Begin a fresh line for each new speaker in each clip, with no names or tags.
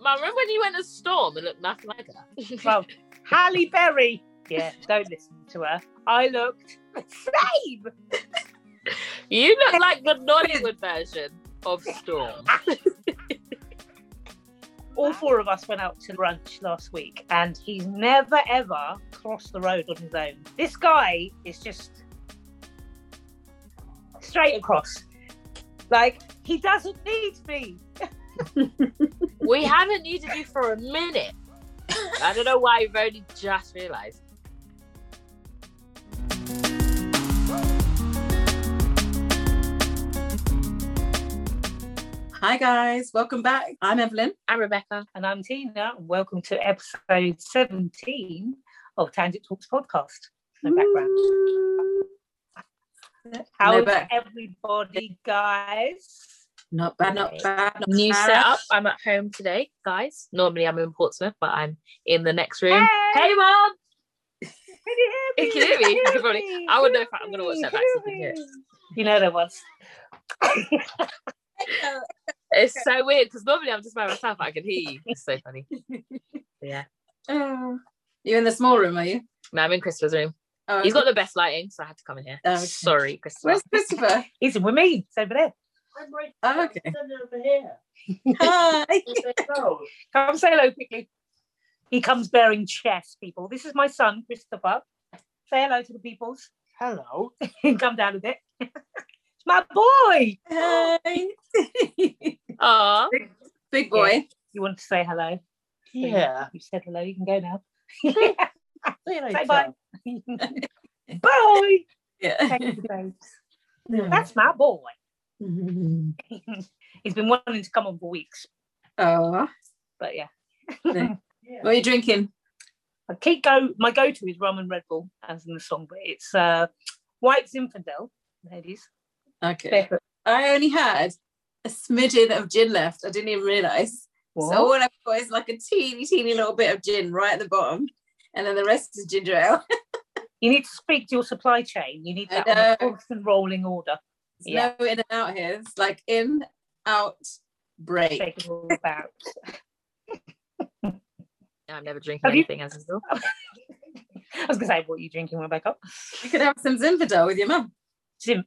Mum, remember when you went to Storm and looked nothing like her?
Well, Halle Berry. Yeah, don't listen to her. I looked the same.
you look like the Nollywood version of Storm.
All four of us went out to brunch last week, and he's never ever crossed the road on his own. This guy is just straight across. Like he doesn't need me.
we haven't needed you for a minute. I don't know why you've only just realised.
Hi guys, welcome back. I'm Evelyn.
I'm Rebecca.
And I'm Tina, and welcome to episode 17 of Tangent Talks podcast. No background. How
no
is
back.
everybody, guys?
Not bad, not bad. Not
New
bad.
setup. I'm at home today, guys. Normally I'm in Portsmouth, but I'm in the next
Hey,
room. Hey, Mum!
can you hear me?
Can you hear me?
Can
I can probably-
me?
I wouldn't know
Can
if I- I'm
you
gonna
hear
watch
me?
that
Can
back so I can hear it.
You know there was.
It's so weird because normally I'm just by myself, but I can hear you. It's so funny.
Oh. You're in the small room, are you?
Now I'm in Christopher's room.
Oh,
He's got the best lighting, so I had to come in here.
Oh, okay.
Sorry, Christopher.
Where's Christopher?
He's in with me. It's over there.
I'm right
Oh, okay.
over here.
Hi.
Oh, Come say hello quickly. He comes bearing chess, people. This is my son, Christopher. Say hello to the peoples. Hello. Come down a bit. it's my boy.
Hi.
Aw.
Big boy.
You wanted to say hello.
Yeah.
You said hello. You can go now.
Say
Say bye. bye.
Yeah.
Thank you, babes. That's my boy. He's been wanting to come on for weeks,
Oh.
but yeah.
What are you drinking?
I keep go. My go-to is rum and Red Bull, as in the song, but it's uh, White Zinfandel. There it is.
Okay.
Barefoot.
I only had a smidgen of gin left. I didn't even realise. So all I've got is like a teeny, teeny little bit of gin right at the bottom. And then the rest is ginger ale.
You need to speak to your supply chain. You need
I
that on a
know.
constant rolling order.
There's no in and out here. It's like in, out, break.
Take it all about.
I'm never drinking
Have you-
anything as usual.
I was gonna say, what are you drinking, Rebecca?
You could have some Zinfandel with your mum.
Zinf.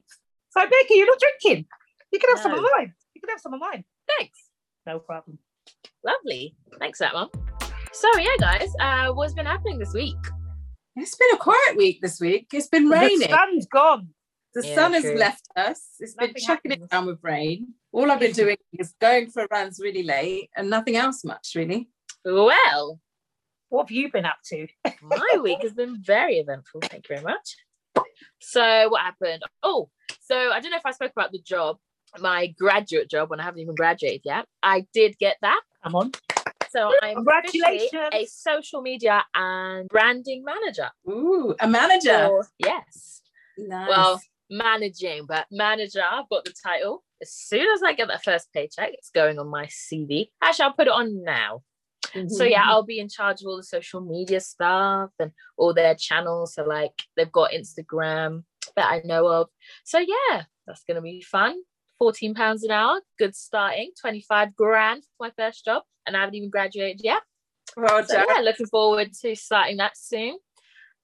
So Becky, you're not drinking. You can have some of
No.
mine. You can have some of mine.
Thanks.
No problem.
Lovely. Thanks for that, Mum. So, yeah, guys, uh, what's been happening this week?
It's been a quiet week this week. It's been
The
raining.
sun's gone.
The
Yeah,
sun has
true.
left us. It's been
Nothing
chucking
happens.
it down with rain. All I've been doing is going for runs really late and nothing else much really.
Well,
What have you been up to?
my week has been very eventful. Thank you very much. So, what happened? Oh, so I don't know if I spoke about the job, my graduate job, when I haven't even graduated yet. I did get that.
Come on.
So, I'm officially
Congratulations.
a social media and branding manager.
Ooh, a manager.
Or- yes. Oh,
Nice.
Well, managing, but manager, I've got the title. As soon as I get that first paycheck, it's going on my CV. Actually, I'll put it on now. So,
Mm-hmm. Mhm.
yeah, I'll be in charge of all the social media stuff and all their channels. So, like, they've got Instagram that I know of. So, yeah, that's going to be fun. £14 an hour, good starting, 25 grand for my first job. And I haven't even graduated yet.
well
So
done.
yeah, looking forward to starting that soon.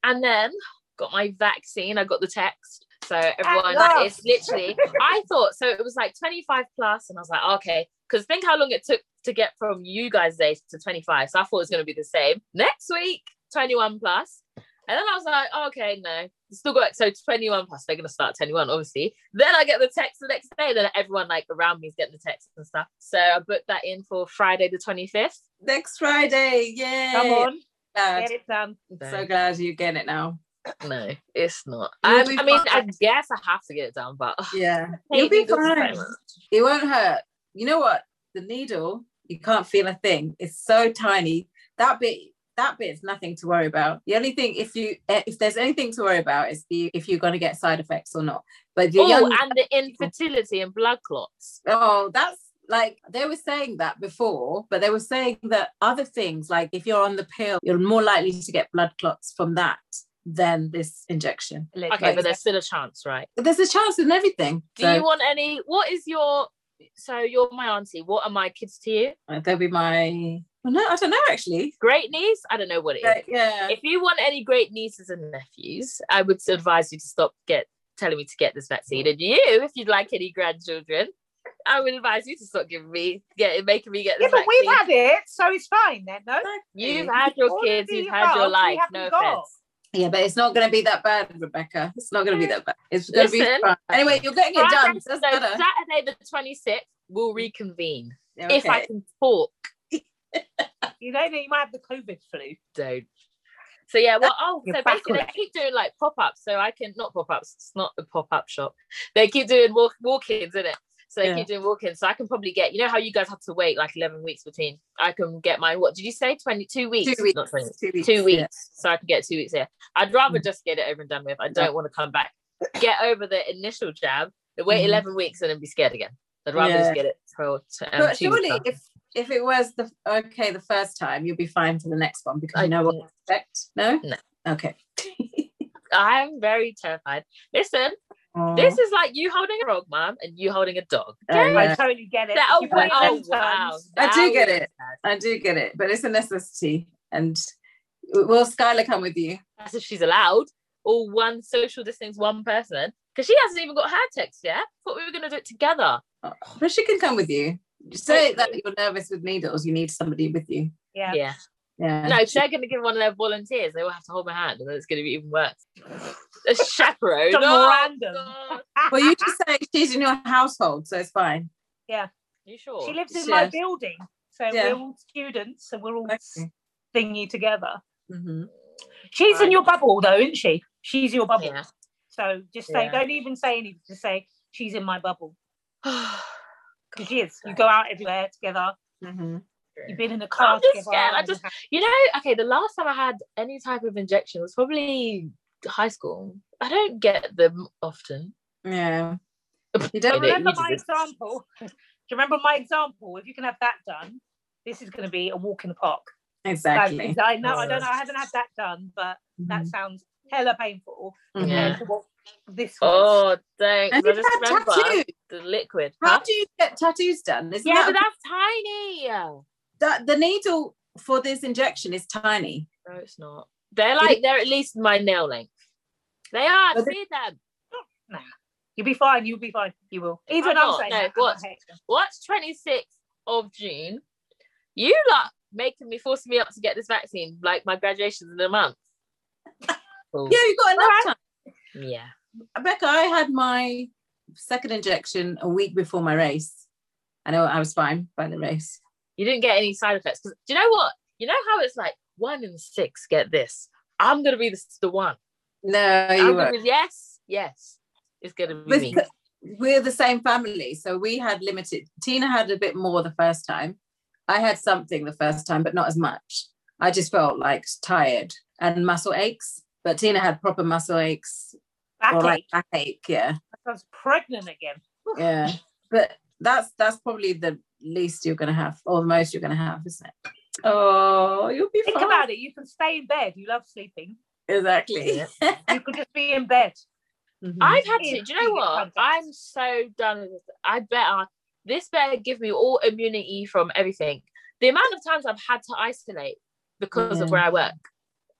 And then got my vaccine. I got the text. So everyone
last.
is literally. I thought so. It was like 25 plus, and I was like, okay, because think how long it took to get from you guys' age to 25. So I thought it was going to be the same next week, 21 plus. And then I was like, oh, okay, no, still got so 21 plus. They're going to start 21, obviously. Then I get the text the next day. Then everyone like around me is getting the text and stuff. So I booked that in for Friday the 25th.
Next Friday. Yay.
Come on.
Glad.
Get it done.
I'm so glad you get it now.
No, it's not.
You'll
I, I
be
mean, I
fine.
guess I have to get it done, but
Yeah.
Hey,
You'll be
this is
fine.
so much.
It won't hurt. You know what? The needle, you can't feel a thing. It's so tiny. That bit, that bit's nothing to worry about. The only thing, if you, eh, if there's anything to worry about, is the if you're going to get side effects or not. But the
Oh,
young,
and the infertility and blood clots.
oh, that's like they were saying that before, but they were saying that other things, like if you're on the pill, you're more likely to get blood clots from that than this injection.
Okay, but there's still a chance, right?
But there's a chance in everything.
Do you want any? What is your so you're my auntie. What are my kids to you?
Uh, They'll be my. Well, no, I don't know actually.
Great niece? I don't know what it is.
But, yeah.
If you want any great nieces and nephews, I would advise you to stop get telling me to get this vaccine. And you, if you'd like any grandchildren, I would advise you to stop giving me get making me get
Yeah,
this
but we've
vaccine.
had it, so it's fine then, no?
You've had your
All
kids,
the
you've had your
above, we
life.
haven't
No
got.
offense.
Yeah, but it's not going to be that bad, Rebecca. It's not going to be that bad. It's going to be
Listen.
fun. Anyway, you're getting it
Friday,
done. so That's
so
better.
Saturday the 26th, we'll reconvene.
Yeah,
If I
okay.
can talk,
You don't know, you might have the COVID flu.
don't. So yeah, well, oh,
You're
so basically they
backwards.
keep doing like pop-ups, so I can not pop-ups. It's not a pop-up shop. They keep doing walk walk-ins, isn't it? So they
Yeah.
keep doing walk-ins. So I can probably get. You know how you guys have to wait like eleven weeks between. I can get mine. What did you say? Twenty two weeks?
two weeks.
Not twenty.
Two weeks.
two weeks
yeah.
so i can get two weeks here i'd rather just get it over and done with i don't want to come back get over the initial jab then wait
Mhm.
11 weeks and then be scared again i'd rather
Yeah.
just get it for t- um,
But
two weeks
surely,
after.
if if it was the okay the first time, you'll be fine for the next one because you know what to expect. No.
No.
Okay.
i'm very terrified listen this is like you holding a frog mom and you holding a dog
Oh,
Get
yeah.
I totally get it.
that- oh,
You play
wow,
them
wow,
times.
I do
that
get
was
it.
bad.
I do get it, but it's a necessity. And will Skylar come with you?
that's if she's allowed all one social distance one person because she hasn't even got her text yet thought we were going to do it together
Oh, but she can come with you. Just Say that you're nervous with needles. You need somebody with you.
Yeah.
yeah
Yeah.
No, if they're going to give one of their volunteers, they will have to hold my hand, and then it's going to be even worse. A chaperone.
Some
Oh,
random.
God.
Well, you just say she's in your household, so it's fine.
You sure?
She lives in
Yeah.
my building, so
Yeah.
we're all students, so we're all
Okay.
thingy together.
hmm
She's
Right.
in your bubble, though, isn't she? She's your bubble.
yeah.
So just say,
Yeah.
don't even say anything. Just say she's in my bubble.
God.
'Cause she is. You go out everywhere together.
hmm
You've been in the car
I'm just
together.
scared. I
and
just-
ha-
You know, okay, the last time I had any type of injection was probably high school. I don't get them often.
Yeah. You
I
So
did,
don't
remember
you
my
did.
example. Do you remember my example? If you can have that done, this is going to be a walk in the park. So,
exactly.
I know. I don't know. I haven't had that done, but that sounds hella painful
Mhm.
Mm-hmm. Yeah.
compared to what this was.
Oh, thanks.
And
I
you've
just
had
remember
tattoos.
the liquid.
How
Huh?
do you get tattoos done? Isn't
Yeah, but
that,
that's tiny. No,
that- the needle for this injection is tiny?
it's not. They're like, they're at least my nail length. They are.
But they-
See them.
You'll be fine. You'll be fine. You will. Even I'm,
not.
saying
No,
that, I'm
what?
not hating.
what's 26th of June? You lot making me forcing me up to get this vaccine like my graduation's in a month. Cool.
Yeah, you got enough
Alright.
time.
Yeah.
Becca, I had my second injection a week before my race. I know I was fine by the race.
You didn't get any side effects. 'Cause do you know what? You know how it's like one in six get this. I'm gonna be the, the one.
No,
I'm
you
gonna
were.
be, yes, yes. It's gonna be me.
We're the same family, so we had limited. Tina had a bit more the first time. I had something the first time, but not as much. I just felt like tired and muscle aches. But Tina had proper muscle aches or
Backache.
like backache. Yeah,
I was pregnant again.
yeah. But that's that's probably the least you're gonna have, or the most you're gonna have, isn't it? Oh, you'll be
Think
fine.
about it. You can stay in bed. You love sleeping.
Exactly.
Yeah.
You could just be in bed.
Mhm.
I've had
Yeah,
to. Do you know
you get
what?
contacts.
I'm so done with this. I better. This better give me all immunity from everything. The amount of times I've had to isolate because of
Yeah.
where I work,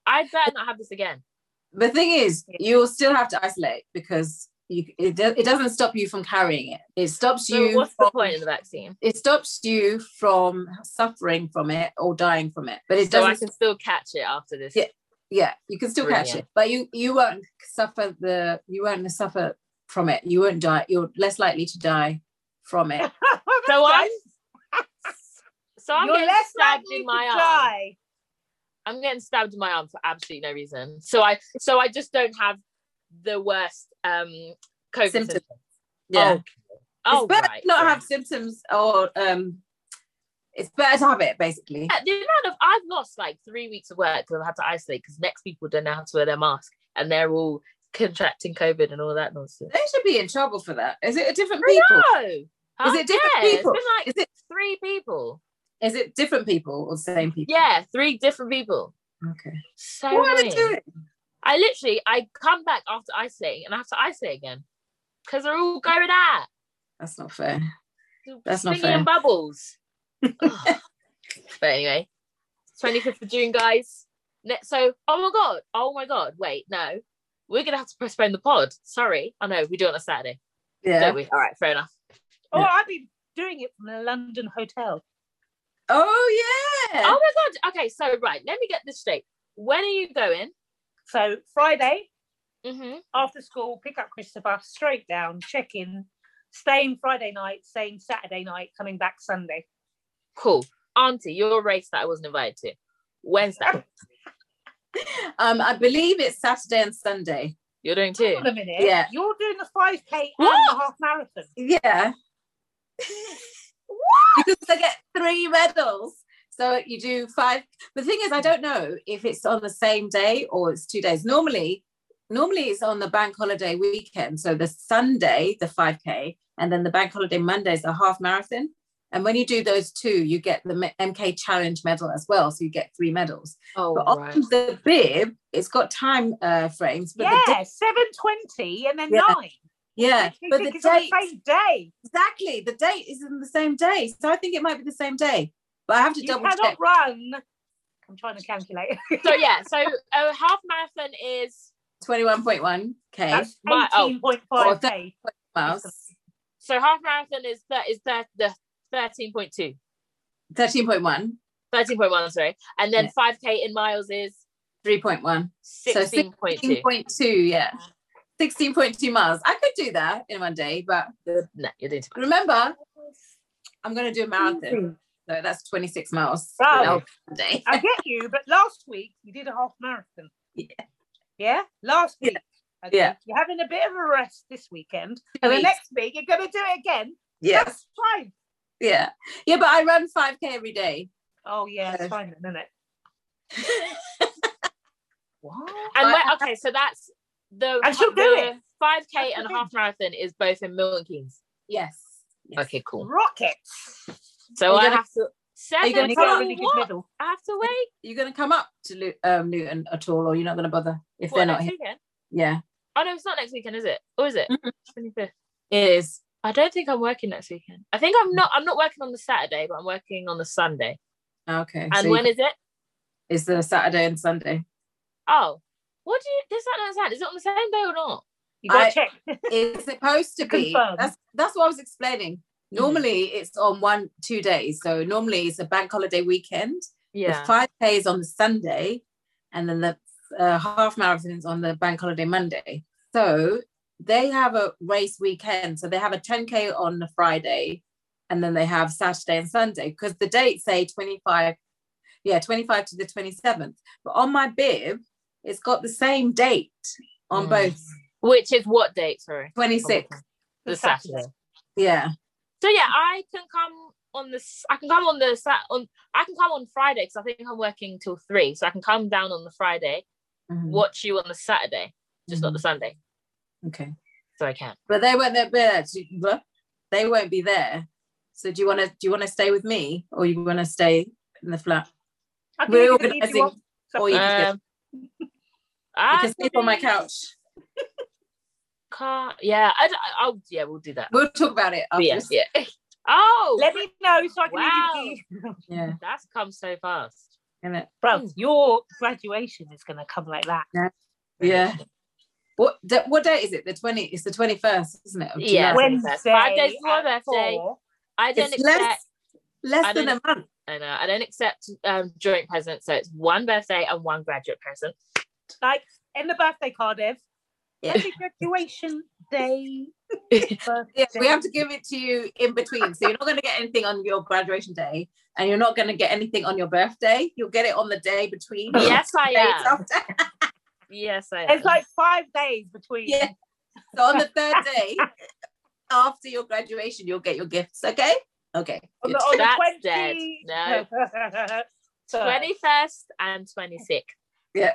I better not have this again.
the thing is
Yeah.
you'll still have to isolate because you, it, do, it doesn't stop you from carrying it it stops
So
you
what's
from,
the point of the vaccine?
it stops you from suffering from it or dying from it but it
So I
doesn't
can still catch it after this.
Yeah. yeah you can still catch
Brilliant.
it but you you won't suffer the you won't suffer from it you won't die you're less likely to die from it
So I'm so I'm
Oh, You're
getting
less
stabbed
likely
in
to
my arm.
die.
I'm getting stabbed in my arm for absolutely no reason. So I so I just don't have the worst um COVID
Symptoms.
symptoms.
yeah
Oh, oh
it's better
right,
to not
yeah.
have symptoms or um it's better to have it basically
Yeah, the amount of I've lost like three weeks of work because I've had to isolate because next people don't know how to wear their mask and they're all contracting COVID and all that nonsense.
they should be in trouble for that is it a different people
No, Huh?
it different
yeah,
people?
It's been like
Is it-
three people.
is it different people or the same people
Yeah, three different people.
okay
So
what are they
annoying.
doing
I literally I come back after isolating and I have to isolate again because they're all going out.
That's not fair. That's not
Singing
fair.
and bubbles. Ugh. but anyway, 25th of June, guys. Ne- So, oh my god, oh my god, wait, no, we're gonna have to postpone the pod. Sorry, I know we do it on a Saturday,
Yeah.
don't we? All right, fair enough.
Oh,
Yeah.
I've been doing it from the London hotel.
Oh yeah.
Oh my god, okay, so right, let me get this straight. When are you going?
So Friday
Mm-hmm.
after school, pick up Christopher, straight down, check in, staying Friday night, staying Saturday night, coming back Sunday.
Cool, Auntie, your race that I wasn't invited to. Wednesday, Oh.
Um, I believe it's Saturday and Sunday.
you're doing
Hold
too.
on a minute.
Yeah.
You're doing the 5K
What?
and the half marathon.
Yeah. because I get three medals. So you do five. The thing is, I don't know if it's on the same day or it's two days. Normally, normally it's on the bank holiday weekend. So the Sunday, the 5K, and then the bank holiday Monday is the half marathon. And when you do those two, you get the M- MK Challenge medal as well. So you get three medals.
Oh,
But
right.
on the bib, it's got time uh, frames. But the
Yeah, 720 and then
Yeah.
9.
da- yeah,
You
but
think
the
it's on
date.
the same day.
Exactly. The date is on the same day. So I think it might be the same day. But I have to
You
double
cannot
check.
run. I'm trying to calculate.
so yeah, so a half marathon is
21.1k
That's
My- oh.
18.5K.
miles.
so half marathon is that is that the thirteen point two.
13.1,
13.1, sorry. And then
Yeah.
5K in miles is
3.1. So
16.2.
16.2, yeah. 16.2 miles. I could do that in one day, but
no, you're doing too much.
remember, I'm going to do a marathon. So that's 26 miles.
Bravo.
No, one day.
I get you, but last week you did a half marathon.
Yeah.
Yeah? Last
Yeah.
week. Okay,
Yeah.
You're having a bit of a rest this weekend. And the
weeks.
next week you're gonna do it again.
Yes.
That's fine.
Yeah. Yeah, but I run 5k every day.
Oh yeah, it's
Yes.
fine then, isn't it?
And
I-
when- okay, so that's the,
I should do
the
it.
5K
That's
and
the
half marathon is both in Milton Keynes.
Yes. yes.
Okay, cool.
Rockets.
So
Are
I
you gonna-
have to.
you gonna
Seven
And you
go
got a
from
really good
what?
medal.
I have to wait.
You're going to come up to Lu- um, Luton at all, or you're not going to bother if
What,
they're not
next
here.
weekend?
Yeah.
Oh, no, it's not next weekend, is it? Or is it? 25th.
It is.
I don't think I'm working next weekend. I think I'm not. I'm not working on the Saturday, but I'm working on the Sunday.
Okay.
And
so
when is it?
it's the Saturday and Sunday.
Oh, what do you? Does that not understand? Is it on the same day or not?
You gotta
I-
check.
It's supposed to be.
Confirmed.
That's that's what I was explaining. Normally it's on one two days. So normally it's a bank holiday weekend. The five k is on the Sunday, and then the uh, half marathon is on the bank holiday Monday. So they have a race weekend. So they have a ten k on the Friday, and then they have Saturday and Sunday because the dates say twenty five. Yeah, 25 to the 27th. But on my bib, it's got the same date on
Mm.
both
Which is what date? Sorry.
26.
The Saturday.
Yeah.
So yeah, I can come on this. I can come on the Sat on. I can come on Friday because I think I'm working till three. So I can come down on the Friday,
Mhm.
watch you on the Saturday, just not the
Mm.
Sunday.
Okay.
So I can.
But they won't there, but but they won't be there. So do you want to do you want to stay with me or you want to stay in the flat?
I can
We're
leave you- leave you
organising
off
or
uh,
you can,
Um, I
you can sleep on my
think
couch.
Can't, yeah, I, will yeah, we'll do that.
We'll talk about it after.
Yeah, yeah. Oh,
Let me know so I can
Wow.
leave you. be.
Yeah.
that's come so fast.
innit?
Bro,
Mm.
your graduation is gonna come like that.
Yeah. What da- what day is it? The 20 it's the 21st, isn't it? of
Yeah.
July?
Wednesday, five days before
at
my birthday.
four.
I didn't
It's
expect.
less less
I
than a month.
I know. I don't accept um, joint presents, so it's one birthday and one graduate present.
Like in the birthday card, Ev.
Yeah.
Happy graduation day.
Yeah, we
birthday.
have to give it to you in between. So you're not going to get anything on your graduation day and you're not going to get anything on your birthday. You'll get it on the day between.
Yes, I
Days
am.
after.
Yes, I am.
It's like five days between.
Yeah. So on the third day after your graduation, you'll get your gifts. Okay. Okay.
On
good.
the, on
That's
the 20...
dead. No.
Third.
21st and 26th.
Yeah.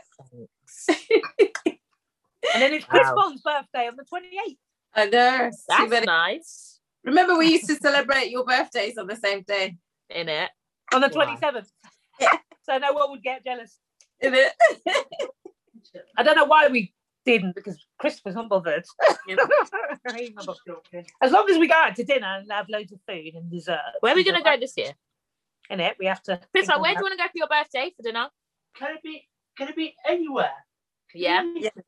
And then it's
Wow.
Chris Bond's birthday on the 28th.
I know. Too
That's
many-
nice,
Remember, we used to celebrate your birthdays on the same day.
in it.
On the
Wow.
27th.
Yeah.
So no one would get jealous.
Isn't it?
I don't know why we didn't because Christopher's not bothered.
Yeah.
He's not bothered. as long as we go out to dinner and have loads of food and dessert.
Where are we going to go this year?
In it, we have to.
Chris,
think
where do
about-
you want to go for your birthday for dinner?
Can it be? Can it be anywhere?
Yeah.
Let me-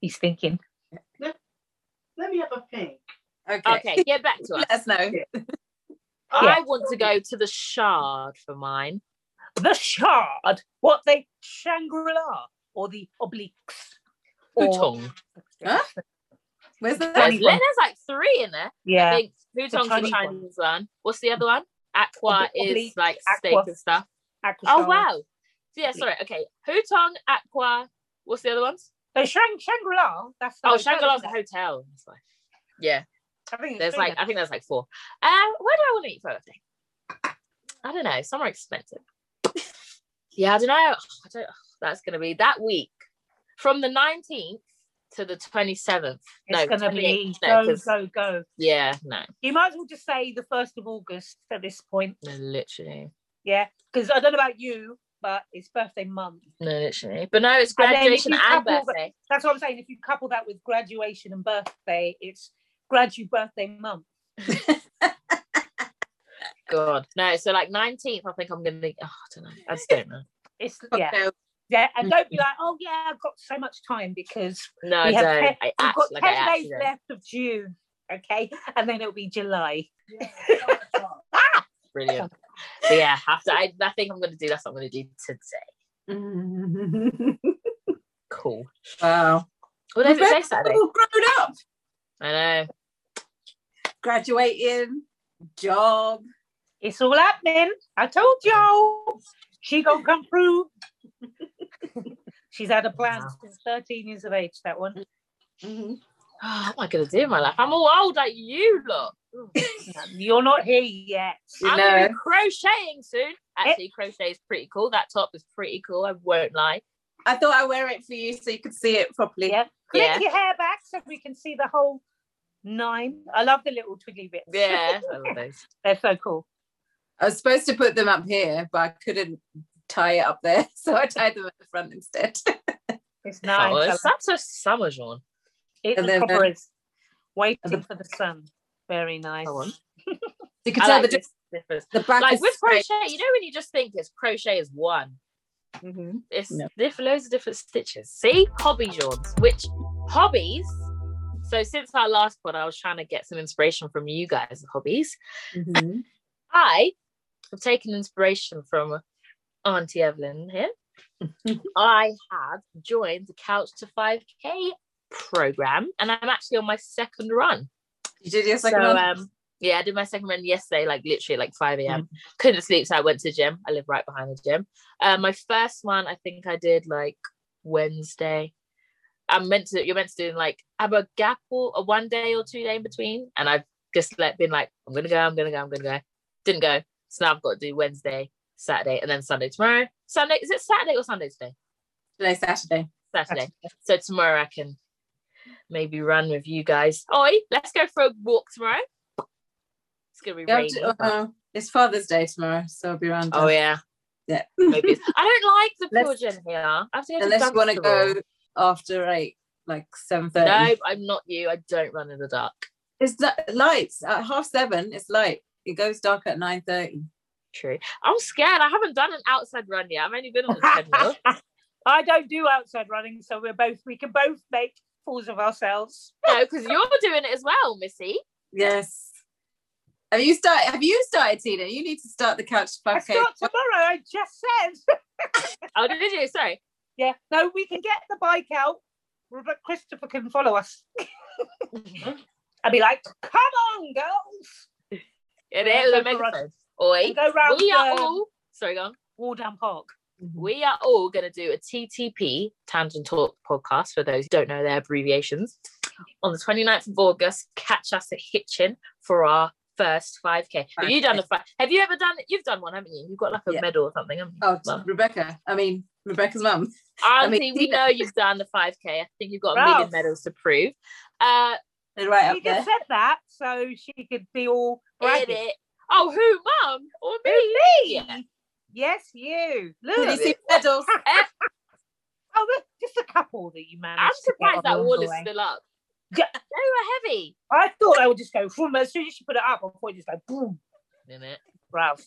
He's thinking.
Let me have a think.
Okay.
Mm.
Okay, get back to us.
Let us know.
I want to go to the Shard for mine.
The Shard, what they Shangri La or the Obliques. Or,
Hutong.
Huh? Where's the
There's,
Chinese one.
there's like three in there. I
yeah,
think Hutong's the
Chinese one.
Chinese one. What's the other one? Aqua
Obli-
is like
Aqua.
steak and stuff.
Aqua
Oh
Shard.
wow. So, yeah, sorry. Okay, Hutong, Aqua. What's the other ones?
So Shang- Shangri La, that's the
Oh,
hotel,
Shangri La's a
isn't it?
hotel. That's fine. Yeah,
I think it's
there's
three
like I think there's like four. Um, where do I want to eat for my birthday? I don't know. Somewhere expensive. yeah, I don't know. I don't. That's gonna be that week from the 19th to the 27th.
now. It's
no,
going to be
28th, no,
go,
'cause-
go, go.
Yeah, no,
You might as well just say the 1st of August at this point.
no, literally,
Yeah, because I don't know about you, but it's birthday month.
no, literally. But no, it's
And then if
graduation
you
and
couple the-
birthday.
That's what I'm saying. If you couple that with graduation and birthday, it's graduate birthday month.
God, no. So like 19th, I think I'm gonna. Oh, I don't know. I just don't know.
It's yeah,
cocktail?
yeah, and don't be
Mm-hmm.
like, oh yeah, I've got so much time because
No, I
We have
don't.
ten-
I
we've
act
got
like I
ten
actually
days
don't.
left of June, okay, and then it'll be July.
Brilliant. But yeah, after I, I think I'm gonna do. That's what I'm gonna do today. Cool.
wow.
What does it say Saturday?
All grown up.
I know.
Graduating, job.
It's all happening. I told you, she gonna come through. She's had a plan
Wow.
since 13 years of age. That one.
Oh, what am I gonna do in my life? I'm all old like you lot.
You're not here yet.
You
I'm gonna be
know.
crocheting soon. Actually, crochet is pretty cool. That top is pretty cool. I won't lie.
I thought I'd wear it for you so you could see it properly.
Yeah. Click
Yeah.
your hair back so we can see the whole nine. I love the little twiggly bits.
Yeah, I love those.
They're so cool.
I was supposed to put them up here, but I couldn't tie it up there. So I tied them at the front instead.
It's
Oh,
nice.
it's such a summer genre.
It's
And then-
proper is waiting for the sun. Very nice.
Come on.
you can
I
tell
like
the,
this difference.
the back
Like
is
with
straight.
crochet, you know when you just think it's crochet is one.
Mhm.
It's
No.
different, loads of different stitches. See, hobby genres, which hobbies. So since our last pod, I was trying to get some inspiration from you guys, hobbies. Mm-hmm.
Mhm.
I have taken inspiration from Auntie Evelyn here. I have joined the Couch to 5K program, and I'm actually on my second run
You did your second
so,
one?
um, yeah, I did my second run yesterday, like literally at, like 5 a.m. Couldn't sleep, so I went to the gym. I live right behind the gym. Um, my first one, I think I did like Wednesday. I'm meant to, you're meant to do like have a gap or a one day or two day in between. And I've just like been like, I'm gonna go, I'm gonna go, I'm gonna go. Didn't go. So now I've got to do Wednesday, Saturday, and then Sunday tomorrow. Sunday, is it Saturday or Sunday today?
Today, Saturday.
Saturday. So tomorrow I can maybe run with you guys. Oi, let's go for a walk tomorrow. It's gonna be
Yeah,
rainy.
to- uh, it's Father's Day tomorrow, so I'll be around.
oh
then.
yeah,
Yeah.
maybe. it's- I don't like the
Let's-
children here. I have to go to
Unless you want to
Dunstable.
go after eight, like seven thirty.
No, I'm not you. I don't run in the dark.
It's li- lights at half seven. It's light. It goes dark at nine thirty.
True. I'm scared. I haven't done an outside run yet. I've only been on the treadmill.
I don't do outside running, so we're both we can both make fools of ourselves.
no, because you're doing it as well, Missy.
Yes. Have you start? Have you started, Tina? You need to start the couch to
I
5K.
start tomorrow. I just said.
Oh, did you? Sorry.
yeah. No, we can get the bike out. Robert Christopher can follow us. I'd be like, "Come on, girls,
It
Yeah,
is a
go for a run.
megaphone. Oi.
and go round
We are
um,
all. Sorry, go on.
Waldham Park."
we are all going to do a TTP Tangent Talk podcast for those who don't know their abbreviations on the 29th of August. Catch us at Hitchin for our first 5k. Have you done a five? Have you ever done You've done one, haven't you? You've got like a
Yeah.
medal or something. haven't you?
Oh,
Well,
Rebecca. I mean Rebecca's mum.
Auntie,
mean,
we
Tina-
know you've done the 5k. I think you've got a million
Ralph.
medals to prove. Uh,
They're right
she
up there.
just said that so she could be all
in
bragging.
it. Oh, who, mum or me?
Yes, you. Look.
Did you see the medals?
Oh, look, just a couple that you managed.
I'm
to get
surprised
on
that
the
wall is
way.
still up. They
Yeah.
were heavy.
I thought I would just go from as soon as she put it up, I thought it just like boom,
Minute.
bruv.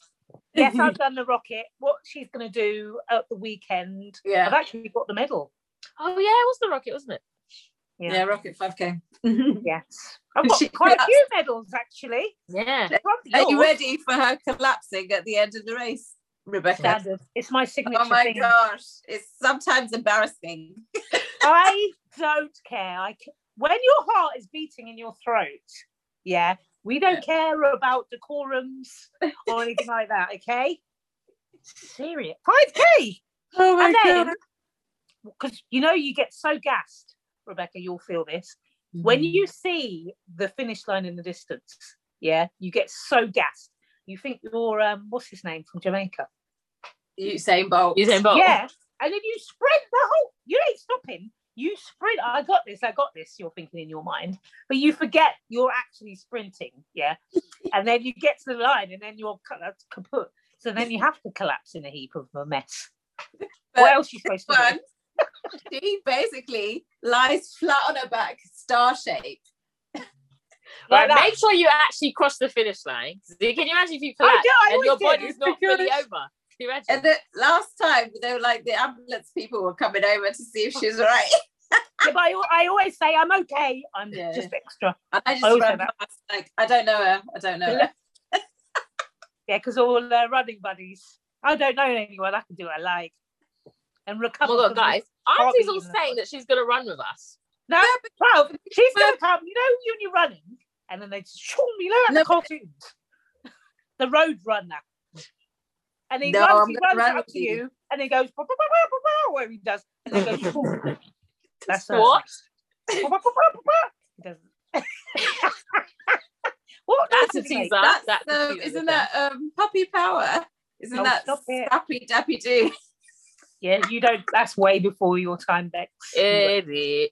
Yes, I've done the rocket. What she's gonna do at the weekend? I've
yeah,
actually got the medal.
Oh yeah, it was the rocket, wasn't it?
Yeah.
yeah, rocket 5k.
Yes, I've got
She-
quite a few medals actually.
Yeah.
Are you ready for her collapsing at the end of the race, Rebecca?
Standard. It's my signature
Oh my
thing.
gosh, it's sometimes embarrassing.
I don't care. I c- when your heart is beating in your throat, yeah, we don't care about decorums or anything like that. Okay, serious five k.
Oh
my God. because you know you get so gassed rebecca you'll feel this when
Mm.
you see the finish line in the distance yeah you get so gassed you think you're um what's his name from jamaica
Usain Bolt.
Usain Bolt.
yeah and then you sprint the whole you ain't stopping you sprint i got this i got this you're thinking in your mind but you forget you're actually sprinting yeah and then you get to the line and then you're ca- that's kaput so then you have to collapse in a heap of a mess what
But
else are you supposed to do
One, she basically lies flat on her back, star shape.
Right,
Like that.
make sure you actually cross the finish line. Can you imagine if you
I
collapse
do, I
and your
always do,
body's not fully
because-
over? Can you imagine?
And the last time, they were like the ambulance people were coming over to see if she was all right.
Yeah, but I, al- I always say I'm okay. I'm
Yeah.
just extra.
And I just
always
ran
say that.
past, like, I don't know her. I don't know her.
Yeah, because all uh, running buddies. I don't know anyone. I can do what I like and
oh
recover.
my god,
from
guys.
this.
Auntie's
Barbie
all
in the
saying that she's gonna run with us.
No, well, she's gonna come. You know, when you're running, and then they just shoom you know, like
No,
the cartoons, the road runner, and he
No,
runs,
I'm
he
gonna
runs
run
up
with
to
you.
you, and he goes, "Bow, bow, bow, bow, bow, bow," where he does, and then goes, "Shoom." that's her.
What?
Bow, bow, bow, bow, bow, bow. He doesn't. What
That's a
does he make?
teaser. That's,
That's, um,
a teaser.
isn't that um, puppy power? Isn't
No,
that
stop it.
happy dappy do?
Yeah, you don't. That's way before your time, Bex.
Idiot.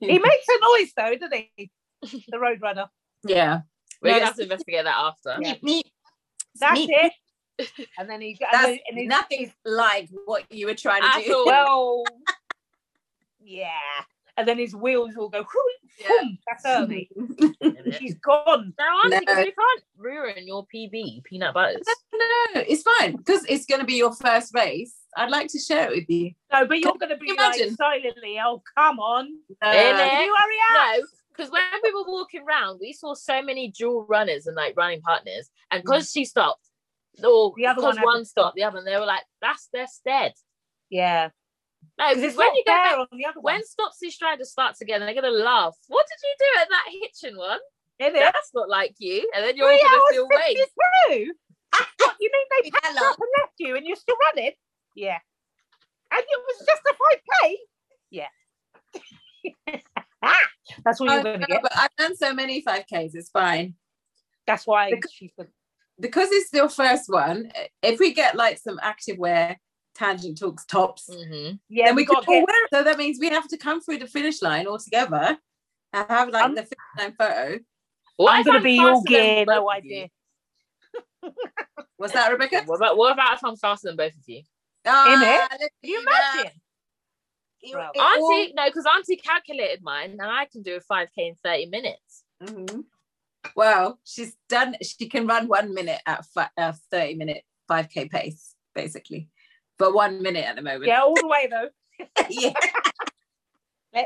he makes a noise though, doesn't he? The Roadrunner.
Yeah.
We're
No,
gonna
it's-
have to investigate that after.
Yeah.
Me.
That's
Me.
it. And then he. And
That's
then, and he's-
nothing like what you were trying to
I
do.
thought-
Well. yeah. And then his wheels all go. whoom,
Yeah.
whoom. That's her. mate.
Minute.
She's gone.
Now, Auntie,
No.
you can't ruin your PB, peanut butters.
No, it's fine because it's going to be your first race. I'd like to share it with you.
No, but you're going to be
you
like
imagine?
silently. Oh, come on.
Uh,
Really?
Can you hurry up?
No, because when we were walking round, we saw so many dual runners and like running partners, and because she stopped, or
Mm. The other
because
one had
one,
to
stopped, the other, and they were like, "That's their stead."
Yeah.
No,
'Cause
because
it's
when
not
you go
fair
back,
on the other
when stops and striders start together, they're gonna laugh. What did you do at that hitching one?
one. Isn't it?
That's not like you. And then you're all
Three
gonna
hours
feel waste.
52? what, you mean they packed
Hello.
up and left you and you're still running? Yeah. And it was just a 5K? Yeah. That's what
I
you're going to
know,
get.
but I've done so many 5Ks, it's fine.
That's why
Because-
she's the
Because it's your first one, if we get like some activewear, tangent talks tops,
Mm.
Mm-hmm.
Yeah,
then we,
got
got
to
all
get.
wear it. So that means we have to come through the finish line all together and have like
Um,
the finish line photo.
I'm going to be all gear. No idea.
What's that, Rebecca?
What about what about if I'm faster than both of you?
Ah,
Can
look
you
at that.
imagine?
You-
Bravo.
it all-
Auntie, no, because Auntie calculated mine, and I can do a 5k in 30 minutes.
Mhm. Wow, she's done. She can run one minute at fi- uh, thirty minute five k pace, basically, but one minute at the moment.
Yeah, all the way though.
yeah.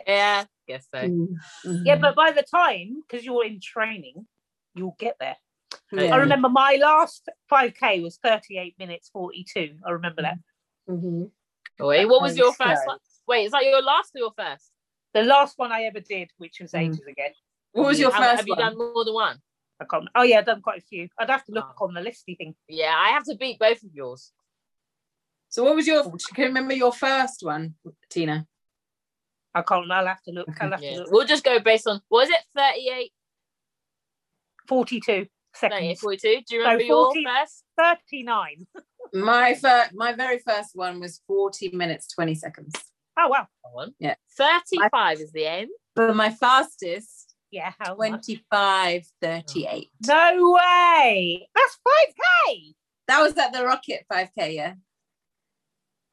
Yeah, guess so.
Mm-hmm.
Yeah, but by the time, because you're in training, you'll get there.
Yeah.
I remember my last 5K was 38 minutes 42. I remember that.
Mm-hmm.
Wait, what was
Oh,
your first
sorry.
one? Wait, is that your last or your first?
The last one I ever did, which was
Mm.
ages ago.
What was your
have,
first
have you
one?
done more than one?
I can't. Oh yeah, I've done quite a few. I'd have to look on the listy thing.
Yeah, I have to beat both of yours.
So what was your? Can you remember your first one, Tina?
I can't. I'll have to look. I'll have
Yeah.
to look.
We'll just go based on what is it 38,
Forty-two
38,
seconds.
42? Do you remember your
40.
first?
Thirty-nine.
My first, my very first one was forty minutes twenty seconds.
Oh wow.
One.
Yeah.
35 is the end.
But my fastest,
Yeah. How much?
25, 38.
No way. That's five k.
That was at the Rocket five k. Yeah.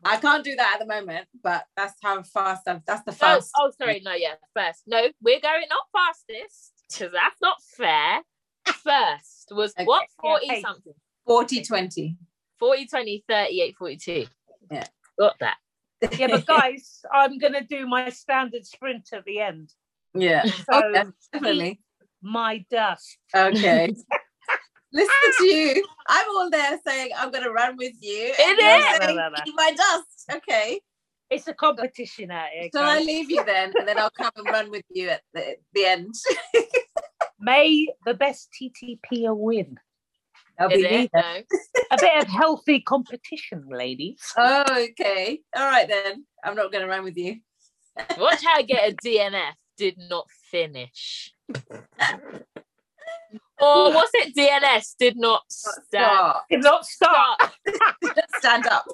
I can't do that at the moment, but that's how fast I've that's the
No,
fast.
oh, sorry. No, yeah. First. No, we're going not fastest because that's not fair. First was
Okay.
what? 40
Yeah, hey.
something.
40 20.
40, 20, 38, 42.
Yeah.
Got that.
Yeah, but guys, I'm gonna do my standard sprint at the end.
yeah,
So
Okay. definitely.
my dust.
Okay. Listen to you. I'm all there saying I'm gonna run with you. and
It
you're
is.
saying,
No, no, no.
"Eat my dust. Okay.
It's a competition out here.
Shall I
guys.
leave you then? And then I'll come and run with you at the, the end.
May the best TTPer win.
I'll
Is
be me
it?
then.
No.
A bit of healthy competition, ladies.
Oh, okay. All right then. I'm not gonna run with you.
Watch how I get a DNF. Did not finish. or was it DNS? Did not stand.
Stop.
Did not start.
Start.
Stand up.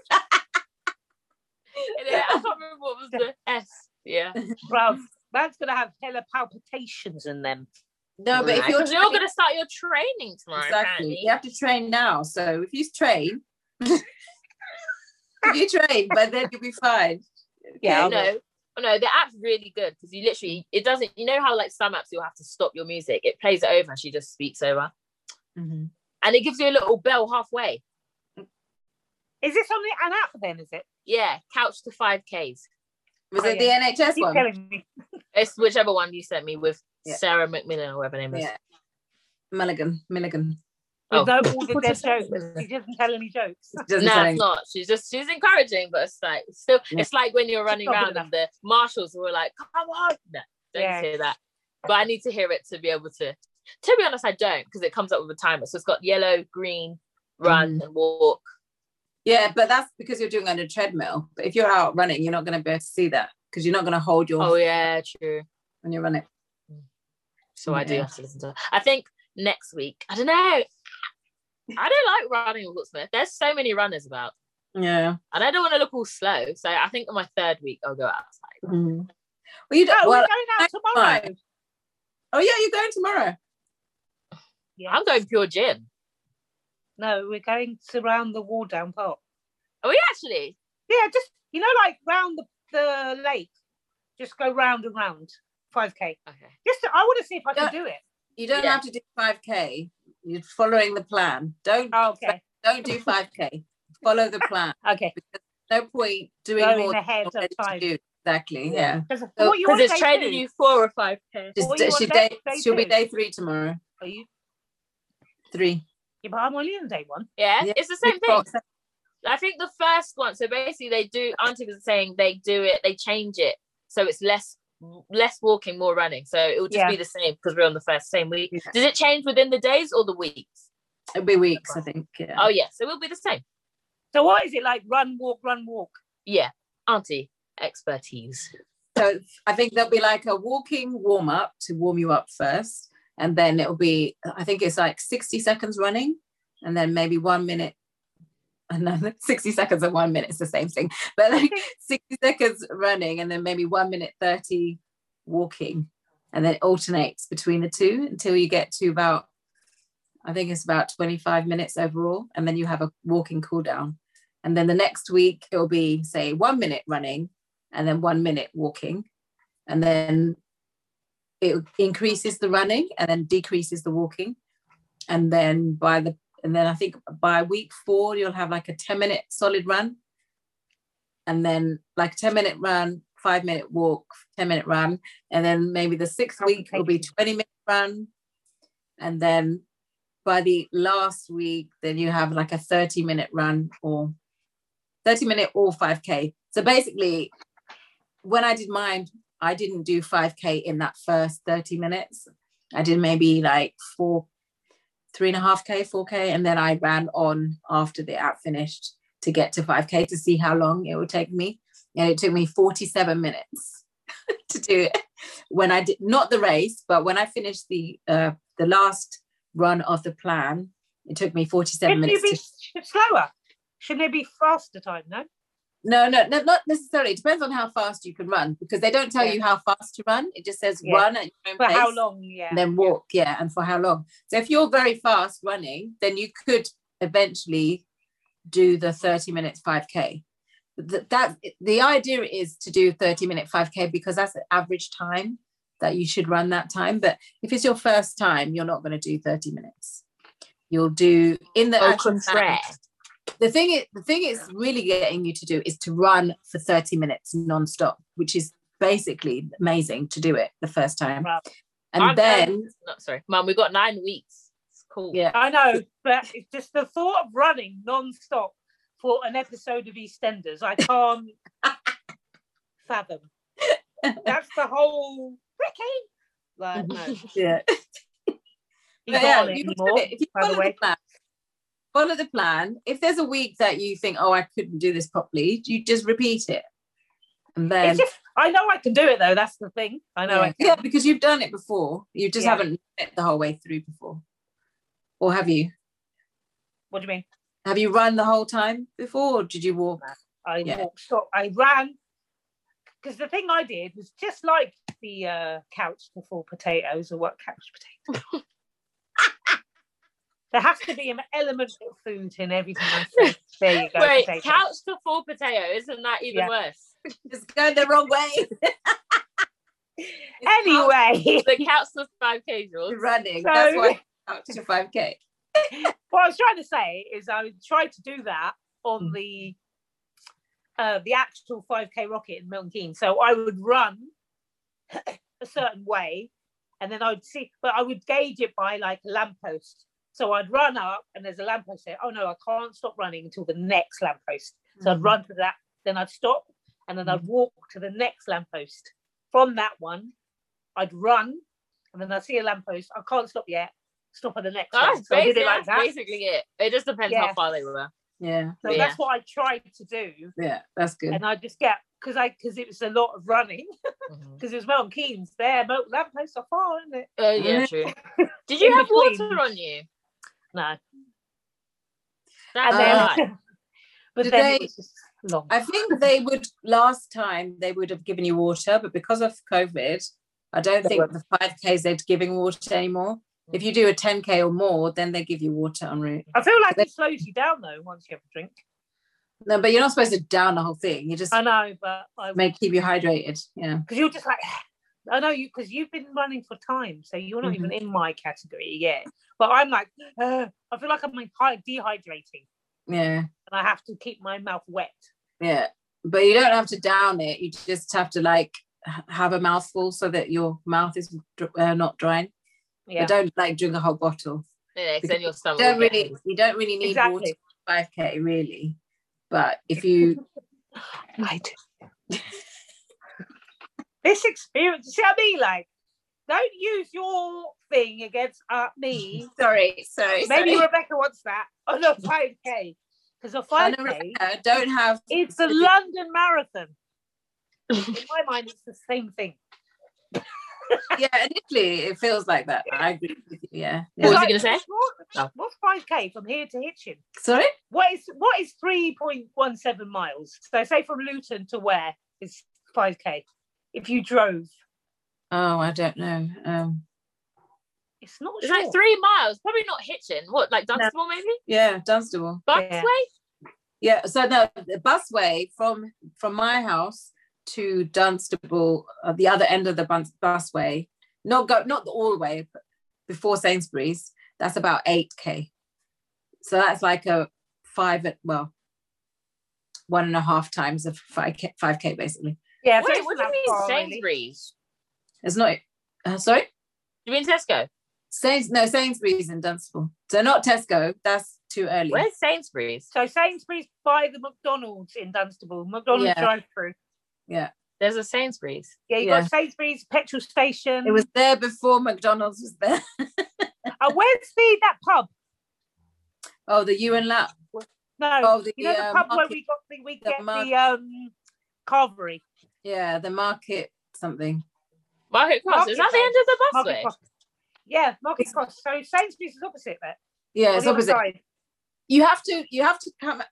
And then I can't remember what was the S. Yeah.
Bruv, that's gonna have hella palpitations in them.
No, but if
Right.
you're
'Cause all going to start your training tomorrow,
Exactly.
apparently.
You have to train now. So if you train, if you train, by then you'll be fine.
Yeah,
no, no, no, the app's really good because you literally it doesn't. You know how like some apps you'll have to stop your music. It plays it over and she just speaks over,
Mhm.
and it gives you a little bell halfway.
Is this on the an app then, is it?
Yeah, couch to five Ks.
Was
Oh,
it
yeah.
the NHS
Keep
one?
telling me.
It's whichever one you sent me with
Yeah.
Sarah McMillan or whatever her name is.
Yeah. Milligan. Milligan.
Oh.
With no all the
What's
dead
his name?
jokes. He doesn't tell any jokes.
Doesn't
No,
tell
it's
you.
not. She's just she's encouraging, but it's like still.
Yeah.
It's like when you're running
not good
around and the marshals were like, "Come on, no, don't
Yeah.
hear that." But I need to hear it to be able to. To be honest, I don't because it comes up with a timer. So it's got yellow, green,
Mm.
run and walk.
Yeah, but that's because you're doing it on a treadmill. But if you're out running, you're not going to be able to see that because you're not going to hold your
Oh yeah, true.
when you're running.
So I do
Yeah.
have to listen to. I think next week. I don't know. I don't like running with Will Smith. There's so many runners about,
Yeah.
and I don't want to look all slow. So I think on my third week I'll go outside.
Mhm. Well, you
No,
don't.
we're
Well,
going out
next
tomorrow.
time. oh yeah, you're going tomorrow.
Yeah.
I'm going pure gym.
No, we're going to round the wall down park.
Are we actually?
Yeah, just you know, like round the, the lake. Just go round and round. 5k.
Okay.
Just I want to see if I can do it.
You don't
Yeah.
have to do 5k. You're following the plan. Don't
Oh, okay.
don't do 5k. Follow the plan.
Okay.
No point doing more
Going
than
ahead
you're
of
ready to
time.
do. Exactly. Yeah.
Because
So-
what you
Because
want
it's
to
training
do,
you four or five k.
Just
What are you
she
on day-
day,
day
she'll be
two?
day three tomorrow.
are you?
Three.
Yeah, but I'm only on day one.
Yeah,
Yeah.
it's the same thing. I think the first one. So basically, they do. Auntie was saying they do it. They change it so it's less less walking, more running. So it will just
Yeah.
be the same because we're on the first same week.
Yeah.
Does it change within the days or the weeks?
It'll be weeks, I think. Yeah.
Oh yes, it will be the same.
So what is it like? Run, walk, run, walk.
Yeah, Auntie expertise.
So I think there'll be like a walking warm up to warm you up first. And then it'll be, I think it's like 60 seconds running and then maybe one minute. Another 60 seconds and one minute, it's the same thing, but like 60 seconds running and then maybe one minute 30 walking, and then it alternates between the two until you get to about, I think it's about 25 minutes overall, and then you have a walking cool down. And then the next week, it'll be say one minute running and then one minute walking, and then it increases the running and then decreases the walking, and then by the and then I think by week four you'll have like a ten minute solid run, and then like ten minute run, five minute walk, ten minute run, and then maybe the sixth week will be
Complicated.
twenty minute run, and then by the last week then you have like a thirty minute run or 30 minute or 5k so basically when i did mine i didn't do 5k in that first 30 minutes i did maybe like four three and a half k 4k and then i ran on after the app finished to get to 5k to see how long it would take me and it took me 47 minutes to do it when i did not the race but when i finished the uh the last run of the plan it took me 47
Shouldn't you
minutes
be
to
s- slower? Shouldn't it be faster time? No.
No, no, no, not necessarily. It depends on how fast you can run because they don't tell
Yeah.
you how fast to run. It just says
Yeah.
run at your own
For
pace
how long? Yeah.
and then walk. Yeah. and for how long? So if you're very fast running, then you could eventually do the 30 minutes 5K. th- that the idea is to do 30 minute 5k because that's the average time that you should run that time but if it's your first time you're not going to do 30 minutes you'll do in the
Au
actual
contraire.
the thing is the thing is really getting you to do is to run for 30 minutes non-stop which is basically amazing to do it the first time
Wow.
and
I'm
then
going- no, sorry, Mum, we've got nine weeks. It's cool.
yeah
I know, but it's just the thought of running non-stop for an episode of EastEnders, I can't fathom. That's the whole Ricky. Like, no,
yeah
he's
But
not
yeah,
on it
you can do
anymore.
it. If you
by the
follow the
way.
plan, follow the plan. If there's a week that you think, oh, I couldn't do this properly, you just repeat it. And
It's
then,
just, I know I can do it though. That's the thing. I know
yeah.
I can.
Yeah, because you've done it before. You just
Yeah.
haven't done it the whole way through before. Or have you?
What do you mean?
Have you run the whole time before? Or did you walk?
I
Yeah.
walked up, I ran because the thing I did was just like the uh, couch before potatoes or what couch potato. there has to be an element of food in everything I said. There you go.
Wait,
potatoes.
couch to full potato, isn't that even
Yeah.
worse?
It's going the wrong way.
Anyway,
The couch to five casuals.
It's running. That's
So-
why out to 5K.
what I was trying to say is I tried to do that on
Hmm.
Mm.
the uh, the actual 5k rocket in Milton Keynes. So I would run a certain way and then I would see, but I would gauge it by like a lamppost. So I'd run up and there's a lamppost there. Oh no, I can't stop running until the next lamppost. So
Hmm.
I'd run to that, then I'd stop, and then I'd walk to the next lamppost. From that one, I'd run, and then I see a lamppost. I can't stop yet. Stop at the next one.
That's
So I did
basically,
it like
that's
that.
basically it. It just depends
Yeah.
how far they were.
Yeah,
So
Yeah.
that's what I tried to do,
yeah, that's good.
and I just get because I because it was a lot of running because it was Milton Keynes there. Milton lampposts are far, isn't it?
Oh yeah, true. Did you
Mm-hmm. In
have water
between.
on you?
No,
That's
and
right.
then but
Did
then it
they-
was just long.
I think they would last time they would have given you water, but because of COVID, I don't
They
think
won't.
the five Ks they're giving water anymore. If you do a 10K or more, then they give you water en route.
I feel like
They-
it slows you down though once you have a drink.
No, but you're not supposed to down the whole thing. You just
I know, but I
make keep you hydrated. Yeah.
because you're just like I know you because you've been running for time, so you're not
Mm-hmm.
even in my category yet. But I'm like, "Ugh," I feel like I'm like hi- dehydrating,
Yeah.
and I have to keep my mouth wet.
Yeah. But you don't have to down it. You just have to like h- have a mouthful so that your mouth is dr- uh, not drying.
Yeah,
But don't like drink a whole bottle.
Yeah, 'cause then your stomach.
You don't
will get
really
angry.
you don't really need
exactly.
water for 5K really. But if you
I do. this experience, see what I mean? Like, don't use your thing against uh, me.
sorry, sorry.
Maybe
sorry.
Rebecca wants that on a 5K because a
And
5K
Rebecca, don't have
is the London Marathon. In my mind, it's the same thing.
yeah initially it feels like that i agree with you yeah,
What was
yeah.
It's
he gonna say?
What,
Oh.
what's 5K from here to Hitchin?
sorry
What is what is 3.17 miles? So say from Luton to where is 5K? If you drove,
oh i don't know um
it's not
It's
sure.
like three miles, probably not hitching. What, like Dunstable maybe?
yeah dunstable
Bucks
Yeah.
way?
yeah so the, the busway from from my house to dunstable uh, the other end of the bus busway not go not the all the way but before sainsbury's that's about 8k so that's like a five at well one and a half times of 5k 5k basically
Yeah, so
Wait,
it's
what do
not
you mean
far, really.
Sainsbury's?
it's not uh, sorry
Do you mean Tesco?
Sains, no, Sainsbury's in Dunstable. So not Tesco. That's too early.
Where's Sainsbury's?
So Sainsbury's by the McDonald's in Dunstable, McDonald's
Yeah.
drive-through.
There's a Sainsbury's.
Yeah, you
Yeah.
got Sainsbury's petrol station.
It was there before McDonald's was there.
uh, where's the that pub?
Oh, the U and Lap.
No,
Oh, the,
you know the
uh,
pub where
market-
we got the we
the
get
mar-
the um carvery.
Yeah, the market something.
Market Cross.
Market
Is that the end of the
Market
busway?
Cross. Yeah, Market Cross. So Sainsbury's is opposite there.
Yeah,
on
it's
the other
opposite.
side.
You have to you have to come.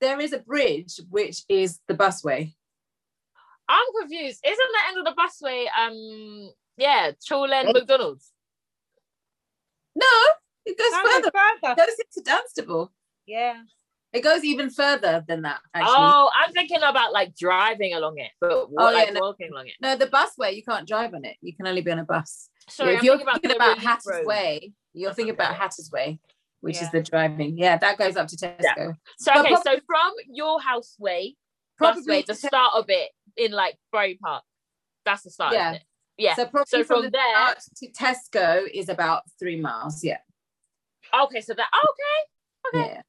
There is a bridge which is the busway.
I'm confused. Isn't the end of the busway? Um, yeah, Chorland
Right.
McDonald's.
No, it goes
No,
further.
it's further.
It goes into Dunstable.
Yeah.
It goes even further than that, actually.
Oh, I'm thinking about like driving along it, but wa-
Oh, yeah,
like
no.
walking along it.
No, the busway, you can't drive on it. You can only be on a bus.
Sorry,
if
I'm
you're
thinking about,
thinking
the
about
relief
Hatter's
road.
Way, you're thinking about Hatter's Way, which
Yeah.
is the driving. Yeah, that goes up to Tesco.
So
But
okay,
prob-
so from your house way,
Probably
busway, the
to Te-
start of it in like Bury Park. That's the start,
Yeah.
isn't it? yeah.
So probably
So
from,
from
the
there-
there to Tesco is about three miles. Yeah.
Okay, so that okay. Okay.
Yeah.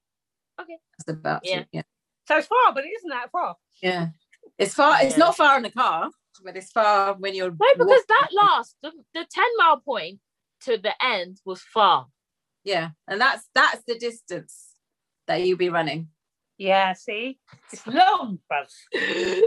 Okay.
That's about
Yeah.
it. Yeah.
So it's far, but it isn't that far.
Yeah. It's far. It's
Yeah.
not far in the car, but it's far when you're.
No, because
walking.
that last the, the ten mile point to the end was far.
Yeah, and that's that's the distance that you'll be running.
Yeah, see? It's long, Buzz.
Oh,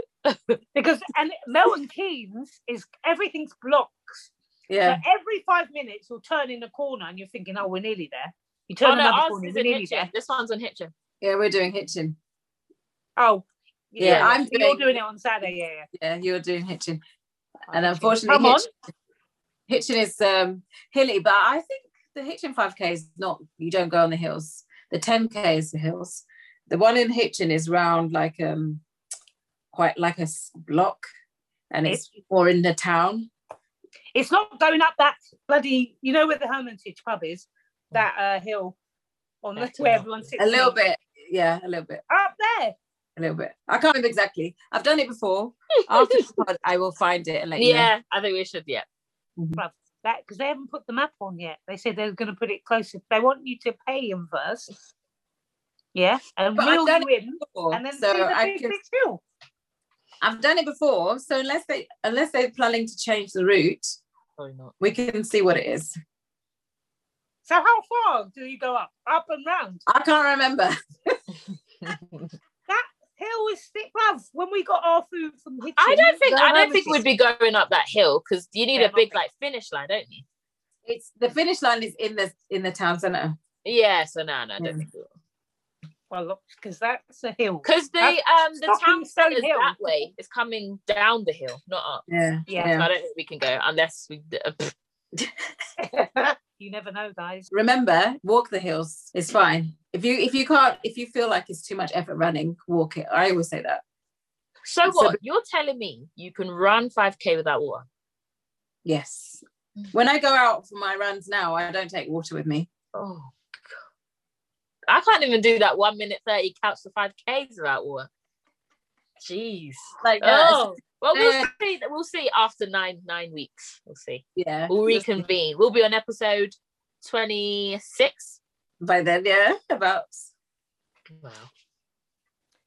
Because and Melbourne Keynes is everything's blocks.
Yeah.
So every five minutes you'll turn in a corner and you're thinking, oh, we're nearly there. You turn
oh no,
another
ours
corner,
is
we're
in
nearly
Hitchin.
there.
This one's on Hitchin.
Yeah, we're doing Hitchin.
Oh,
Yeah, I'm
so you're
doing-
doing it on Saturday. Yeah, yeah.
Yeah, you're doing Hitchin. And
Okay.
unfortunately,
Come on.
Hitchin, Hitchin is um, hilly, but I think the Hitchin 5K is not, you don't go on the hills. The 10K is the hills. The one in Hitchin is round like um quite like a s- block and it's more in the town.
It's not going up that bloody, you know where the Hermitage pub is? That uh, hill on the,
That's
where
enough.
everyone sits.
A little
down.
bit. Yeah, a little bit.
Up there.
A little bit. I can't remember exactly. I've done it before. After the pod, I will find it and let you know.
Yeah, I think we should. Yeah.
that because they haven't put the map on yet. They said they're going to put it closer. They want you to pay them first. Yeah, and
But I've
reel
done
you in,
before,
and then
so
see the
I
big
can,
big hill.
I've done it before. So unless they unless they're planning to change the route,
Probably not.
we can see what it is.
So how far do you go up? Up and round.
I can't remember.
Hill is thick, bruv. When we got our food from Hitchin,
I don't think
No,
I
that
don't
was
think
just-
we'd be going up that hill because you need
Yeah,
a big
nothing.
like finish line, don't you?
It's the finish line is in the in the town centre.
Yeah, so no, no, I don't
Yeah.
think we will.
well, because that's a hill.
Because the
That's
um the
fucking
town
Stone
centre's
Hill.
that way. It's coming down the hill, not up.
Yeah.
Yeah.
So I don't think we can go unless we. d- uh, pff.
you never know, guys.
Remember, walk the hills. It's fine. If you if you can't if you feel like it's too much effort running, walk it. I always say that.
So
So-
what? You're telling me you can run 5k without water?
Yes. When I go out for my runs now, I don't take water with me.
Oh. God. I can't even do that one minute 30 counts to 5Ks without water. Jeez.
Like
Oh. Well, we'll
Yeah.
see. We'll see after nine nine weeks. We'll see.
yeah.
We'll reconvene. We'll be on episode 26.
By then, yeah. About
Wow.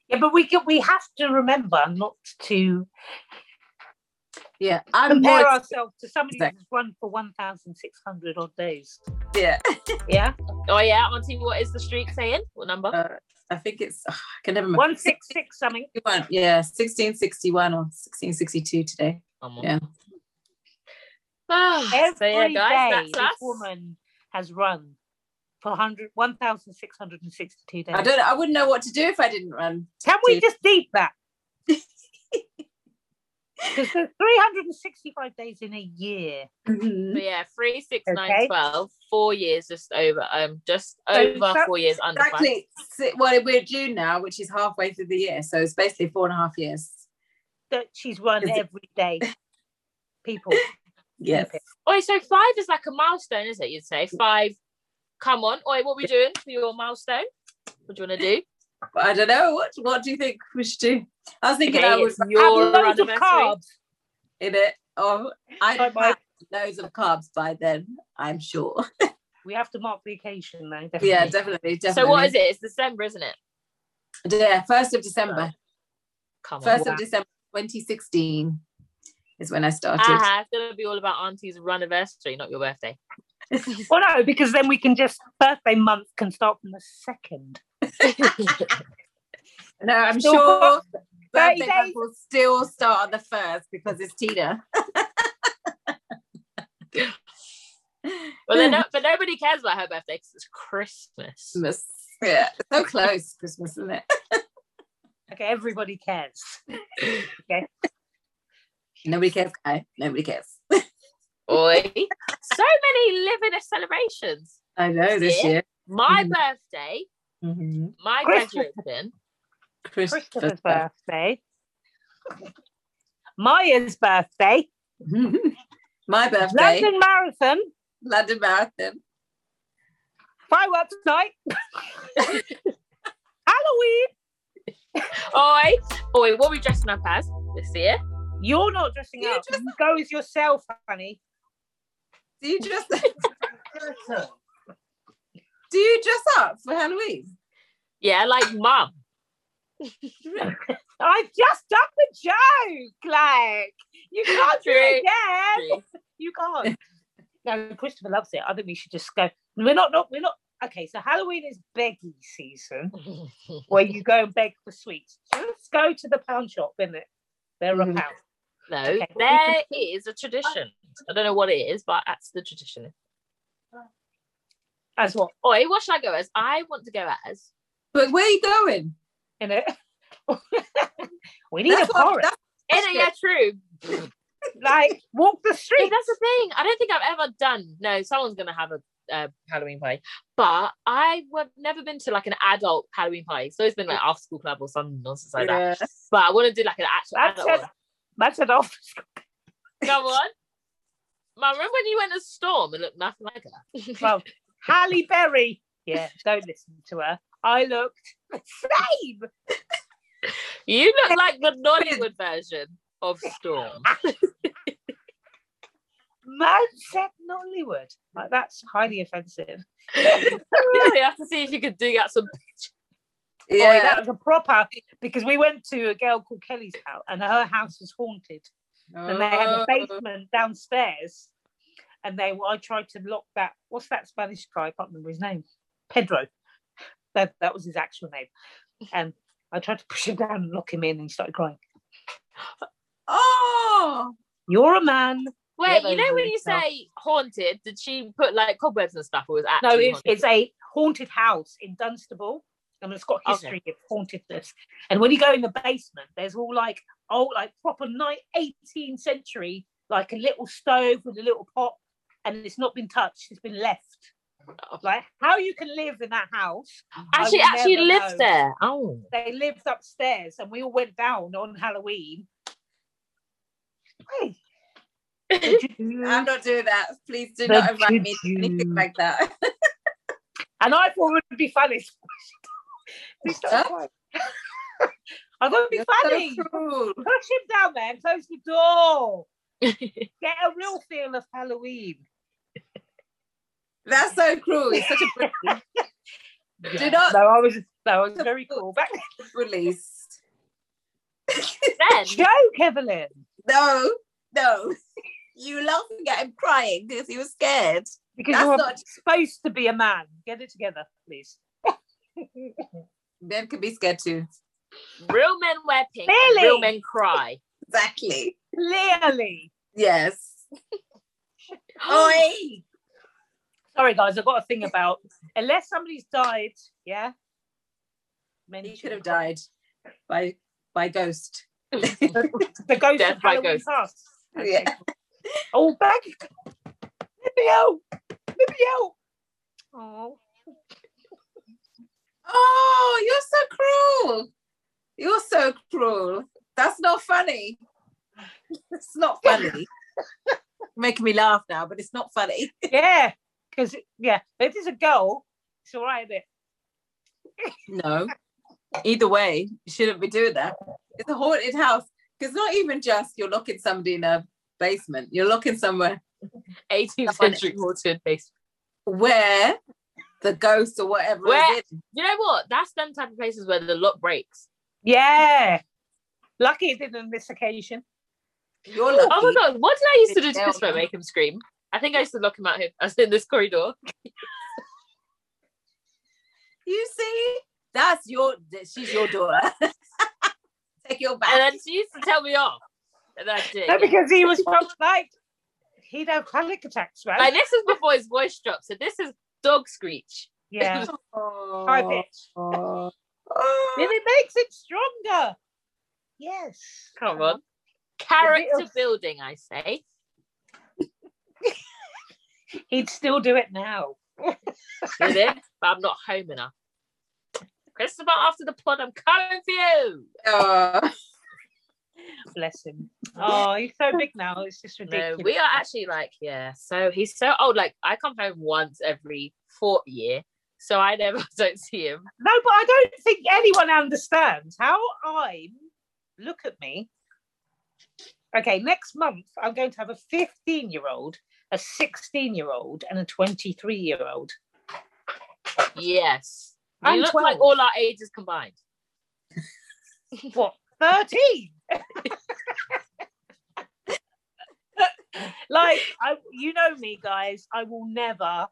Yeah, but we can, we have to remember not to
yeah. I'm
compare
more
ourselves to somebody who's run for one thousand six hundred odd days.
yeah.
Yeah,
Oh yeah, Auntie, what is the streak saying? What number?
Uh, I think it's ugh, I can never remember.
one six six something.
61, yeah, 1661 or 1662 today.
Come on.
yeah.
Ah, so
Every
yeah, guys, that's
day this
us.
woman has run for 100 1,662 days.
I don't I wouldn't know what to do if I didn't run.
Can we just deep that? Because there's 365 days in a year.
Mm-hmm.
So yeah, three, six, nine,
Okay.
twelve. Four years, just over. Um, just
So
over
so-
four years under five.
Exactly. Si- Well, we're June now, which is halfway through the year. So it's basically four and a half years.
That she's run
Is it-
every day. People.
Yeah.
Okay.
Oi, so five is like a milestone, is it? You'd say five. Come on, oi, what we doing for your milestone? What do you want to do?
But I don't know. What what do you think we should do? I was thinking
Okay,
I would
it's
run
Have
your
loads of
anniversary.
carbs.
in it. Oh, I'd
Bye-bye.
have loads of carbs by then, I'm sure.
We have to mark the occasion though. Definitely.
yeah, definitely. Definitely.
So what is it? It's December, isn't it?
Yeah, 1st of December.
Come on.
1st
Wow.
of December 2016 is when I started.
Ah, it's gonna be all about Auntie's run anniversary, not your birthday.
Well, no, because then we can just, birthday month can start from the second.
No, I'm
Still
sure
got
birthday
30 days.
month will still start on the first because it's Tina.
But then, no, but nobody cares about her birthday because it's Christmas.
Christmas. Yeah, so close Christmas, isn't it?
Okay, everybody cares.
Nobody cares, guy. Nobody cares.
Oi, so many live in celebrations.
I know this
Yeah.
year.
My
Mhm.
birthday
Mhm.
My
Mm-hmm. Christmas.
graduation.
Christopher's
Christopher.
birthday. Maya's birthday.
My birthday,
London Marathon.
London Marathon.
Fireworks night. Halloween.
Oi, oi, what are we dressing up as this year?
You're not dressing
You
up. You go as yourself, honey.
Do you dress?
Curtain.
Do you dress up for Halloween?
Yeah, like mum.
I've just done the joke. Like, you can't do
True.
it again. You can't. no, Christopher loves it. I think we should just go. We're not, not, we're not. Okay, so Halloween is begging season where you go and beg for sweets. So let's go to the pound shop, isn't it? They're
Mhm.
a pound.
no,
Okay.
there is a tradition. I don't know what it is, but that's the tradition.
As what?
Oi, what should I go as? I want to go as.
But where are you going?
In it. we need
That's
a
what-
porridge.
that's-
Yeah, yeah, true.
Like, walk the
See,
street.
that's the thing. I don't think I've ever done. No, someone's gonna have a uh, Halloween party, but I've never been to like an adult Halloween party. It's always been like after school club or some nonsense like that.
Yeah.
But I want to do like an actual
That's
adult.
it. That's an off.
one. Come on. Mum, remember when you went to Storm and looked nothing like her?
Well, Halle Berry. Yeah, don't listen to her. I looked the same.
You look like the Nollywood version of Storm.
Man said Nollywood. Like, that's highly offensive.
you have to see if you could dig out some.
Yeah.
Yeah.
that was a proper because we went to a girl called Kelly's house and her house was haunted. And they
Oh.
had a basement downstairs. And they I tried to lock that. What's that Spanish guy? I can't remember his name. Pedro. That that was his actual name. And I tried to push him down and lock him in and he started crying.
Oh,
You're a man.
Wait,
Yeah,
you
those
know
are
when
really
you
tough.
say haunted, did she put like cobwebs and stuff, or was it
No,
actually
it's, it's a haunted house in Dunstable, and it's got history of hauntedness. And when you go in the basement, there's all like old, like proper ni- 18th century, like a little stove with a little pot, and it's not been touched. It's been left.
Oh.
Like how you can live in that house? I
actually
will
actually
never
lives
know.
there? Oh,
They lived upstairs, and we all went down on Halloween. Hey. Did you-
oh, I'm not doing that. Please do
But
not invite me
did
to anything
you-
like that.
And I thought it would be funny. He started
Huh?
crying. I thought it'd be
You're
funny.
so cruel.
Push him down there and close the door. Get a real feel of Halloween.
That's so cruel. It's such a
Yeah.
not-
No, I was. No, I was very cool. Back
brilliant release.
then
joke, Evelyn.
No, no. You laughing at him crying because he was scared.
Because
That's
you're
not-
supposed to be a man. Get it together, please.
Men can be scared too.
real men wear pink, and
Really?
real men cry.
Exactly.
Clearly.
Yes.
Oh,
Oi.
Sorry, guys. I've got a thing about unless somebody's died. Yeah.
He
Mention-
could have died by by ghost.
the ghost
Death
of
by
Halloween
ghost.
past. Okay,
Yeah.
cool. Oh, back. Let me out. Let me out. Oh.
Oh, you're so cruel. You're so cruel. That's not funny. It's not funny. Making me laugh now, but it's not funny.
Yeah. Because, yeah, if it's a girl, it's all right. Isn't it?
No. Either way, you shouldn't be doing that. It's a haunted house. It's not even just you're locking somebody in a basement. You're locking somewhere
18th
Someone-
century haunted place.
where the ghost or whatever
Where-
is in.
You know what? That's them type of places where the lock breaks.
Yeah. Lucky it didn't on this occasion.
You're lucky.
Oh my god, what did I used to do to
Nailed
Christopher?
it.
Make him scream. I think I used to lock him out here. I was in this corridor.
You see, that's your. She's your daughter. Take your back.
And then she used to tell me off. And I did.
No,
yeah.
because he was from, like, he'd have panic attacks, right?
Like this is before his voice dropped. So this is dog screech.
yeah. High
Oh.
pitch.
Oh.
Then it makes it stronger. Yes.
Come on. Character
of-
building, I say.
He'd still do it now.
With it, but I'm not home enough. Christopher, after the pod, I'm coming for you.
Oh,
Bless him. Oh, he's so big now. It's just
No,
ridiculous.
we are actually like, yeah. So he's so old. Like I come home once every fourth year. So I never don't see him.
No, but I don't think anyone understands how I'm. Look at me. Okay, next month I'm going to have a 15 year old, a 16 year old, and a 23 year old.
Yes. You
I'm
look
12.
like all our ages combined.
What? 13? like, I, you know me, guys, I will never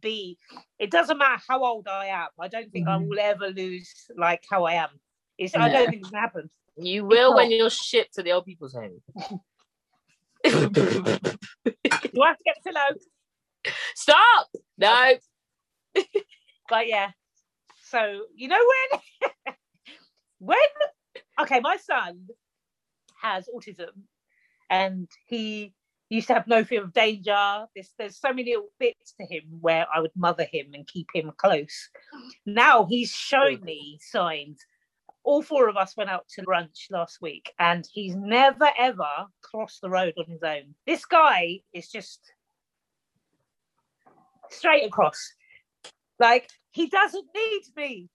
be, it doesn't matter how old I am, I don't think I
Mm-hmm.
Mhm.
will ever lose like how I am. It's, I
Yeah.
don't think it's gonna happen.
You will when you're shipped to the old people's home.
Do I have to get pillow?
Stop! No.
but yeah so you know when when okay my son has autism and he used to have no fear of danger there's, there's so many little bits to him where i would mother him and keep him close now he's shown me signs all four of us went out to brunch last week and he's never ever crossed the road on his own this guy is just straight across like he doesn't need me.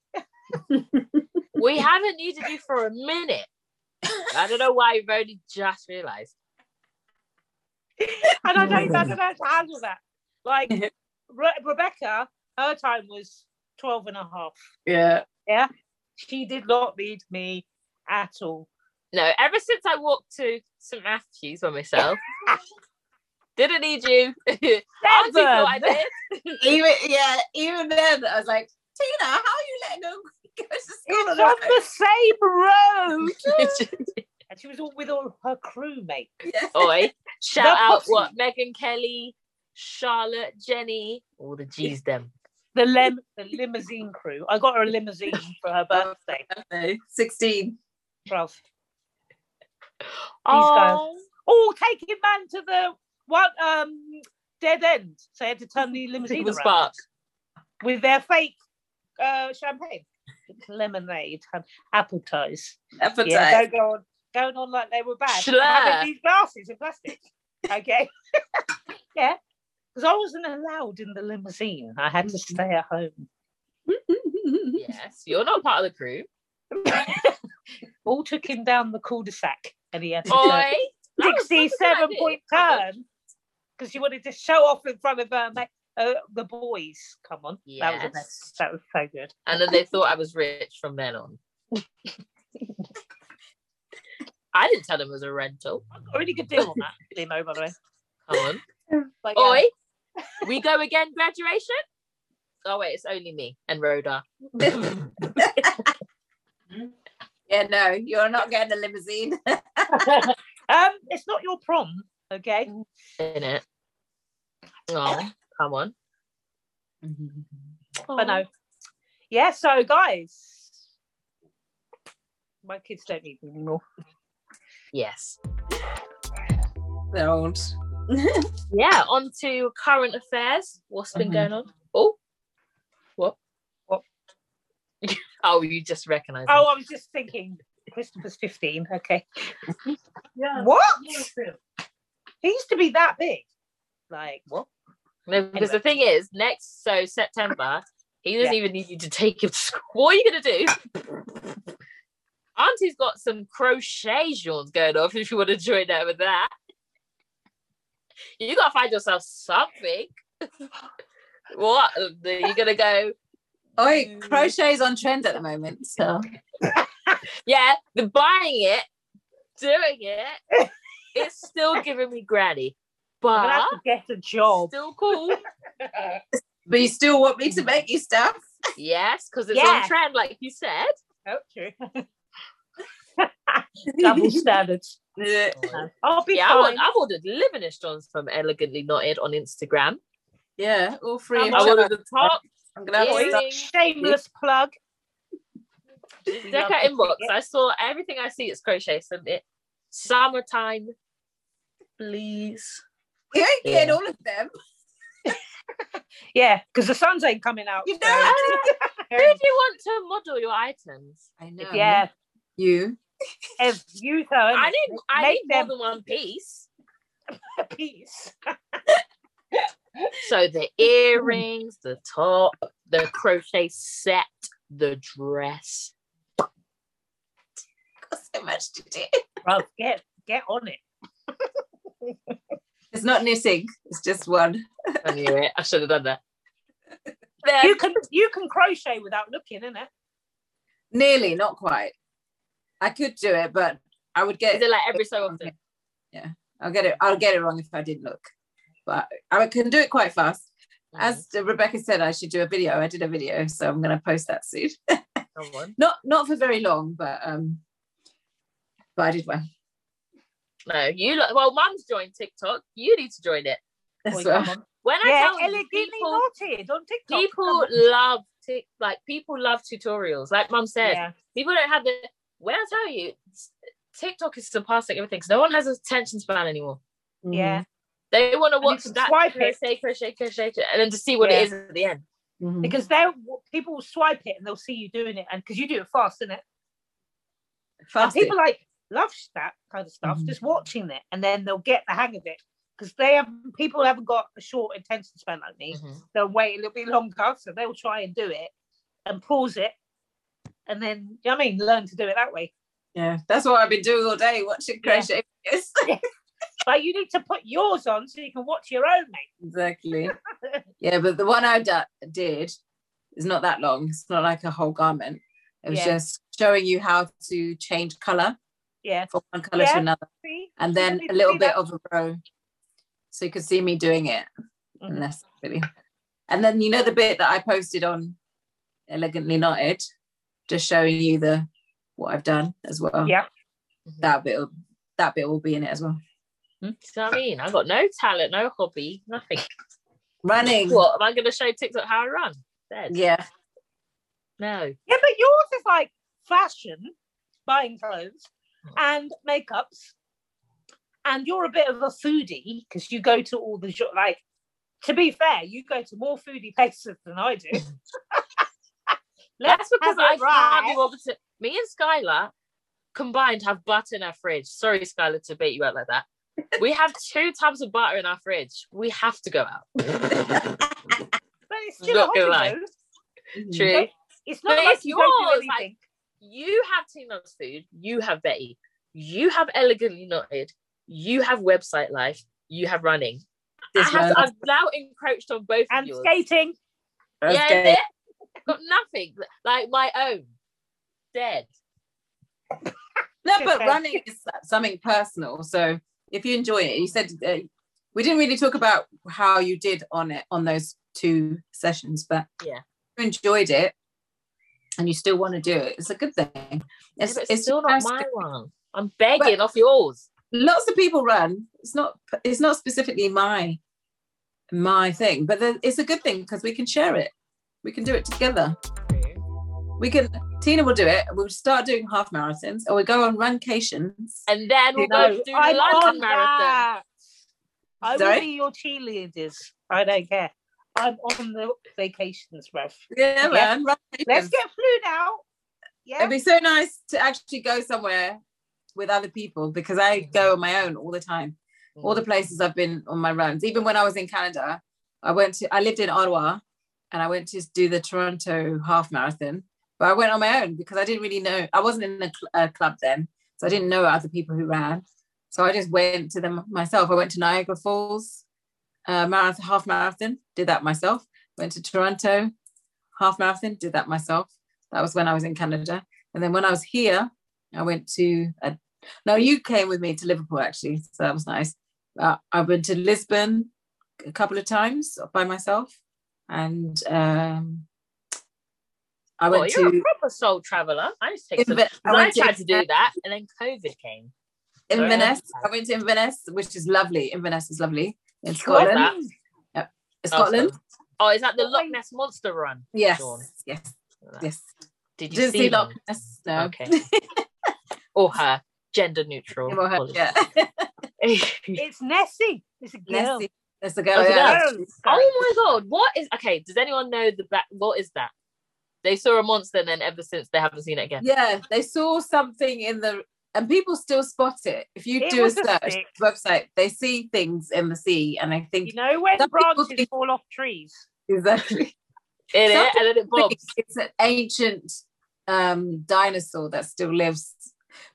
We haven't needed you for a minute. I don't know why you've only just realized.
And I don't, I don't know how to handle that. Like Re- Rebecca, her time was 12 and a half.
yeah.
She did not need me at all.
No, ever since I walked to St. Matthew's by myself, didn't need you. Auntie thought I did.
Even yeah, even then, I was like, Tina, how are you letting them go to school?
It's on
on her
the same road.
It's-
And she was all with all her crewmates.
own?" Yeah.
Oi, shout out
pussy.
what Megan Kelly, Charlotte, Jenny, all the G's them.
The lem the limousine crew. I got her a limousine for her birthday.
Okay, Sixteen.
Bruv. guys.
Oh,
Oh, taking man to the what um dead end. So I had to turn the limousine
it was
around.
spark.
with their fake uh, champagne, lemonade, and apple ties.
Appetite.
Yeah, don't go on, going on like they were bad.
Slur.
Having these glasses in plastic. Okay. yeah. Because I wasn't allowed in the limousine. I had to stay at home.
Yes, you're not part of the crew.
All took him down the cul-de-sac and he had to
Oi,
turn
that Oh, was such a good
67
idea.
point turn because she wanted to show off in front of uh, ma- uh, the boys. Come on. That was a mess.
Yes.
That was so good.
And then they thought I was rich from then on. I didn't tell them it was a rental.
I got a really good deal on that limo, by the way.
Come on.
But, yeah.
Oi, we go again, graduation? Oh, wait, it's only me and Rhoda.
yeah, no, you're not getting a limousine.
um, it's not your prom, okay?
Mm.
in it. Oh, come on.
But no. Yeah, so guys, my kids don't need me anymore.
Yes.
They're old.
Yeah, on to current affairs. What's been
Mhm.
going on? Oh, what?
Mm-hmm. What?
oh, you just recognised.
Oh,
me.
I was just thinking, Christopher's 15, okay.
Oh.
Yeah.
What?
yeah, true.
He used to be that big. Like, what?
No, because the thing is, next so September, he doesn't
Yeah.
even need you to take him to school. What are you gonna do? Auntie's got some crochet jauns going off. If you want to join her with that, you gotta find yourself something. what are you gonna go? Mm.
Oi, crochet's on trend at the moment. So
yeah, the buying it, doing it, it's still giving me granny,
I'm gonna
but
have to get a job.
still cool.
but you still want me to make you stuff?
Yes, because it's
Yeah.
on trend, like you said.
Oh, true. Double standards.
Yeah.
I'll be
Yeah, I
fine.
want, I've ordered Livinish Johns from Elegantly Knotted on Instagram.
yeah, all free.
I'm
of
I
Sure.
ordered
charge.
the top.
I'm gonna have all
Yeah.
stuff.
Shameless plug. We
Check
love
her
to
inbox.
see it.
I saw everything I see. It's crochet. So it summertime, please.
You ain't getting
Yeah.
all of them.
Yeah, because the sun's ain't coming out.
You
so-
know,
Who do you want to model your items?
I know.
um, yeah,
You.
if you her.
I need I
Make
need more
them-
than one piece.
a piece.
So the earrings, the top, the crochet set, the dress.
Got so much to do.
Bro, get get on it.
It's not knitting. It's just one.
I knew it. I should have done that. Then-
You can you can crochet without looking, innit?
Nearly, not quite. I could do it, but I would get
Is it like every so often?
I'll get it. I'll get it wrong if I didn't look, but I can do it quite fast. As Rebecca said, I should do a video. I did a video, so I'm going to post that soon.
Come on.
Not not for very long, but um, but I did one
No, you look well, mum's joined TikTok. You need to join it.
as
Boy,
well.
come on.
When I
Yeah,
tell you,
elegantly
people,
knotted on TikTok.
people love tick like people love tutorials. Like mum said,
Yeah.
people don't have the when I tell you s- TikTok is surpassing everything 'cause no one has attention span anymore. "Mm."
yeah.
They want to
you
watch
can
that
swipe it.
crochet, crochet, crochet, crochet, and then to see what
Yeah.
it is at the end.
Mhm.
Because they'll people will swipe it and they'll see you doing it and because you do it fast, innit? And
Fast.
people like love that kind of stuff,
Mm-hmm.
Mhm.
just watching it, and then they'll get the hang of it because they have people haven't got a short attention span like me.
Mm.
They'll wait a little bit longer, so they'll try and do it and pause it, and then you know what I mean, learn to do it that way.
Yeah, that's what I've been doing all day, watching
Yeah.
crochet videos.
But you need to put yours on so you can watch your own, mate.
exactly. Yeah, but the one I da- did is not that long. It's not like a whole garment. It was
Yeah.
just showing you how to change color
Yeah,
from one color
Yeah.
to another.
see,
and
You
then
need
a
to
little
do
bit
that.
of a row so you could see me doing it
Mhm.
Mm.
and that's really and then you know the bit that i posted on elegantly knotted just showing you the what i've done as well
Yeah.
that bit will- that bit will be in it as well
Hmm?
So I mean, I've got no talent, no hobby, nothing.
running
What am I going to show TikTok how I run? Dead.
yeah
No.
Yeah, but yours is like fashion, buying clothes
Hmm.
and makeups. And you're a bit of a foodie because you go to all the jo- like. To be fair, you go to more foodie places than I do.
That's because
have it
I
right.
can't be bothered to- Me and Skylar combined have butter in our fridge. Sorry, Skylar, to bait you out like that. We have two tubs of butter in our fridge. We have to go out.
But it's still
Not
a
gonna
hobby
lie.
though.
True.
It's not
But
like
it's
you don't
yours,
do
like-
anything.
You have Team Love's food. You have Betty. You have elegantly knotted. You have website life. You have running. I
This
have to,
one.
I've now encroached on both of
and
yours.
skating.
Let's
yeah,
go.
is it? got nothing like my own. Dead.
no but
Okay.
running is something personal so if you enjoy it you said uh, we didn't really talk about how you did on it on those two sessions but
Yeah.
if you enjoyed it and you still want to do it it's a good thing
Yeah,
it's,
but It's,
it's
still not
just-
my one. I'm begging off yours.
lots of people run it's not it's not specifically my my thing but then it's a good thing because we can share it we can do it together we can tina will do it we'll start doing half marathons or we go on runcations
And then we'll
No,
go do the
I'm on
London Marathon.
that. I
Sorry?
will be your cheerleaders. I don't care. I'm on the vacations, ref.
yeah,
Yeah.
man
Let's
runcations.
get flued out. Yeah.
it'd be so nice to actually go somewhere with other people because i go on my own all the time all the places I've been on my runs. Even when I was in Canada, I went to I lived in Ottawa and I went to do the Toronto half marathon, but I went on my own because I didn't really know I wasn't in a, cl- a club then, so I didn't know other people who ran. So I just went to them myself. I went to Niagara Falls uh, marathon, half marathon, did that myself. Went to Toronto half marathon, did that myself. That was when I was in Canada, and then when I was here, I went to a, no, you came with me to Liverpool actually, so that was nice uh, I've been to Lisbon a couple of times by myself, and um, I
Well,
went
you're
to
a proper soul traveler. I just take some.
Inver- I
I,
went to
tried to do that, and then COVID came.
Inverness. I went to Inverness, which is lovely. Inverness is lovely in
What's
Scotland.
that?
Scotland,
Oh, is that the Loch Ness Monster Run?
yes,
Dawn.
yes, yes.
Did you
Didn't see
see
Loch
them?
Ness. No,
Okay. or her gender neutral.
Him or her,
Apologies.
yeah.
It's Nessie. It's a girl.
Nessie. That's the girl.
That's a
yeah. Oh,
Girl.
oh my god, what is okay? Does anyone know the back? What is that? They saw a monster, and then ever since they haven't seen it again.
Yeah, they saw something in the and people still spot it. If you
It
do a
was a
search
stick.
website, they see things in the sea and they think
You know when
Some people
branches
think-
fall off trees?
exactly
In it,
Something
and then it bobs.
it's an ancient um dinosaur that still lives.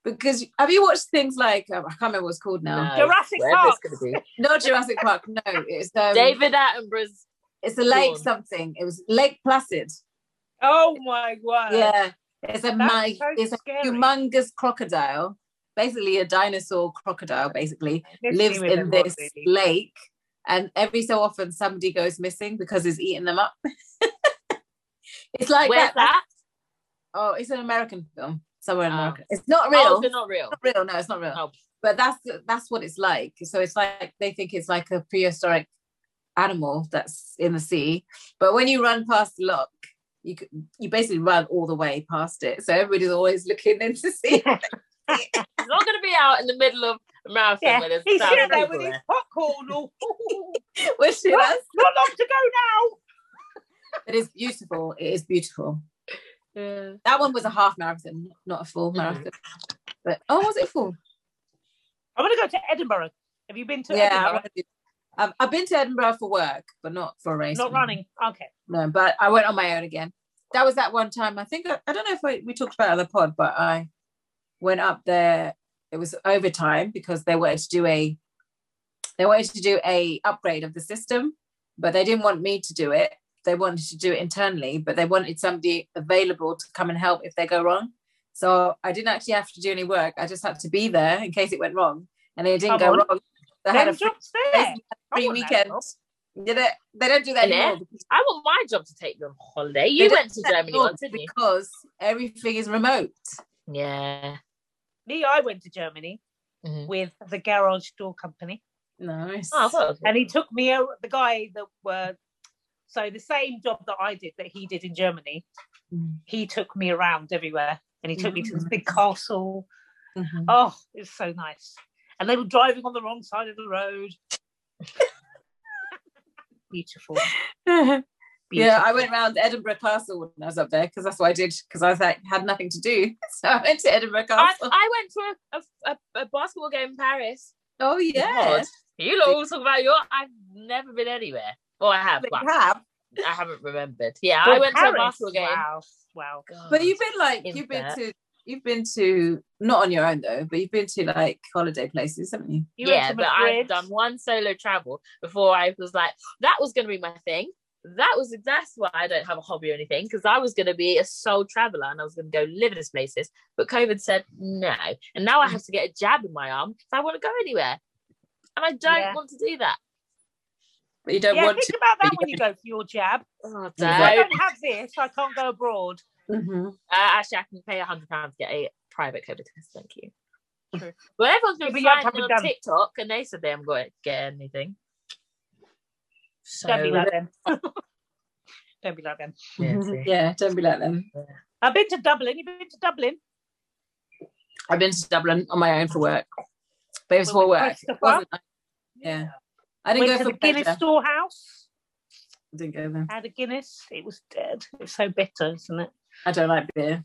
Because have you watched things like um, I can't remember what it's called now?
Jurassic
wherever it's
Park.
gonna be.
Not Jurassic Park. No, it's um,
David Attenborough's.
It's a lake
Dawn.
something. It was Lake Placid.
Oh my god.
yeah, it's a
That's
mag-
so
it's a
scary.
humongous crocodile, basically a dinosaur crocodile. Basically,
Literally
lives
with
in
them all,
this
really.
lake, and every so often somebody goes missing because he's eating them up. it's like
Where's
that.
that?
Oh, it's an American film somewhere in
Oh.
America. It's not real.
Oh, they're
it's
not real.
not real. No, it's not real.
Oh.
But that's that's what it's like. So it's like they think it's like a prehistoric animal that's in the sea. But when you run past the lock, you c- you basically run all the way past it. So everybody's always looking in to see.
It's not gonna be out in the middle of a marathon
Yeah,
where there's a
He's
thousand
sitting there
people
with his
there.
popcorn. all- Not
Which is
long to go
it is beautiful. It is beautiful.
Yeah.
That one was a half marathon, not a full
Mhm.
marathon. But oh, was it full?
now. I want to go to Edinburgh. Have you been to
yeah, I
Edinburgh?
wanna do- um, I've been to Edinburgh for work, but not for a race.
Not running. Okay.
No, but I went on my own again. That was that one time. I think I, I don't know if I, we talked about it on the pod, but I went up there. It was overtime because they wanted to do a they wanted to do a upgrade of the system, but they didn't want me to do it. They wanted to do it internally, but they wanted somebody available to come and help if they go wrong. So I didn't actually have to do any work. I just had to be there in case it went wrong, and it didn't
Come
go
on.
wrong. They had
Them
a free,
jobs there. I
free
want that
weekend.
job.
Yeah, they, they don't do that
Innit?
anymore.
I want my job to take you on holiday. You
They
went to
don't
Germany
know
once, didn't you?
Because everything is remote.
Yeah.
Me, I went to Germany
Mm-hmm.
Mhm.
with the garage door company,
Nice.
Oh, I thought it was-
and he took me out. The guy that were so the same job that I did that he did in Germany.
Mm.
He took me around everywhere, and he took me to this
Mhm.
big castle.
Mhm.
Oh, it was so nice. And they were driving on the wrong side of the road. Beautiful.
yeah, I
beautiful.
went round Edinburgh Castle when I was up there because that's what I did because I was like, had nothing to do. So I went to Edinburgh
I,
Castle.
I went to a, a, a, a basketball game in Paris.
oh, yeah.
God. You lot all talk about your. I've never been anywhere. Well, I have,
They
but
have.
I haven't remembered. Yeah,
Well,
I went to a
Paris,
basketball game.
Wow, wow.
God.
But you've been like,
In
you've been
fact.
to, you've been to, not on your own though, but you've been to like holiday places, haven't you?
You
yeah,
went to
but I've
Madrid.
done one solo travel before I was like, that was going to be my thing. That was that's why I don't have a hobby or anything because I was going to be a sole traveler and I was going to go live in places. But COVID said no, and now
Mm.
I have to get a jab in my arm if I want to go anywhere, and I don't
Yeah.
want to do that.
But you don't
yeah,
want
think
to.
about
but
that when you go for your jab.
Oh,
Yeah.
I
don't.
don't have this. I can't go abroad.
Mhm.
Uh, actually, I can pay a hundred pounds to get a private COVID test. Thank you.
True.
Well, everyone's
Yeah,
been
but you have to
flying
have it
on
done.
TikTok, and they said they haven't got to get anything. So,
Don't be like them. don't be like them.
yeah,
Mhm.
see.
Yeah, don't be like them.
I've been to Dublin. You've been to Dublin?
I've been to Dublin on my own for work, but it
Well,
was for
with
work. It
Christopher.
wasn't- yeah. I didn't
Went to
go for
the Guinness
pleasure.
storehouse.
I didn't go there.
Had a Guinness. It was dead. It's so bitter, isn't it?
I don't like beer.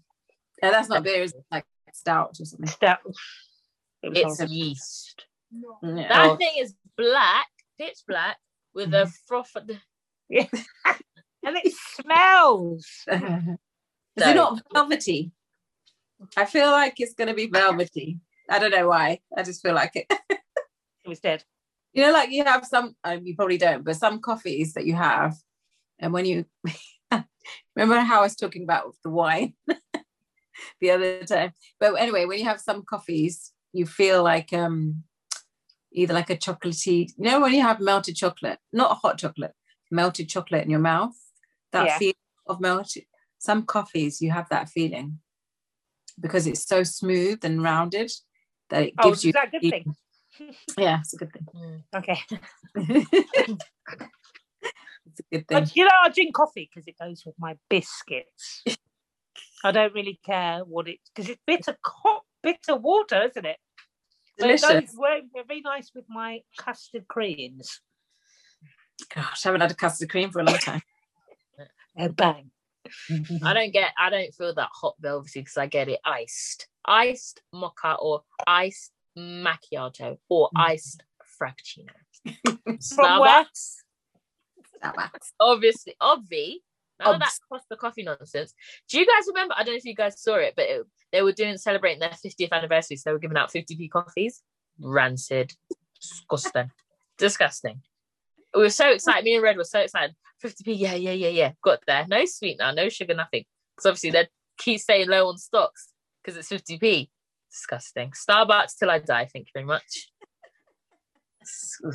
Yeah, that's not beer. It's like stout or something.
It's that. It was
it's
horrible.
yeast.
Yeah.
That
Oh,
thing is black, pitch black, with
Mm-hmm.
a froth. at the-
and it smells.
Is it not velvety? I feel like it's going to be velvety. I don't know why. I just feel like it.
It was dead.
You know, like you have some, uh, you probably don't, but some coffees that you have. And when you remember how I was talking about the wine the other time. But anyway, when you have some coffees, you feel like um either like a chocolatey, you know, when you have melted chocolate, not hot chocolate, melted chocolate in your mouth, that
Yeah.
feel of melted. Some coffees, you have that feeling because it's so smooth and rounded that it
Oh,
gives
is
you.
that a good thing?
Yeah, it's a good thing.
Mm.
Okay.
it's a good thing.
But, you know, I drink coffee because it goes with my biscuits. I don't really care what it because it's bitter co- bitter water, isn't it? But it
Delicious.
goes well, very nice with my custard creams.
Gosh, I haven't had a custard cream for a long time.
And Uh, bang. Mm-hmm.
I don't get, I don't feel that hot velvety because I get it iced, iced mocha or iced macchiato or iced frappuccino.
Mm. From where?
Starbucks,
That wax.
obviously, obvi. None of that
Obs.
cost the coffee nonsense. Do you guys remember? I don't know if you guys saw it, but it, they were doing celebrating their 50th anniversary, so they were giving out 50p coffees. Rancid, disgusting, disgusting. We were so excited. Me and Red were so excited. 50p, yeah, yeah, yeah, yeah. Got there. No sweetener, no sugar, nothing. Because obviously they keep staying low on stocks because it's 50p. Disgusting. Starbucks till I die. Thank you very much.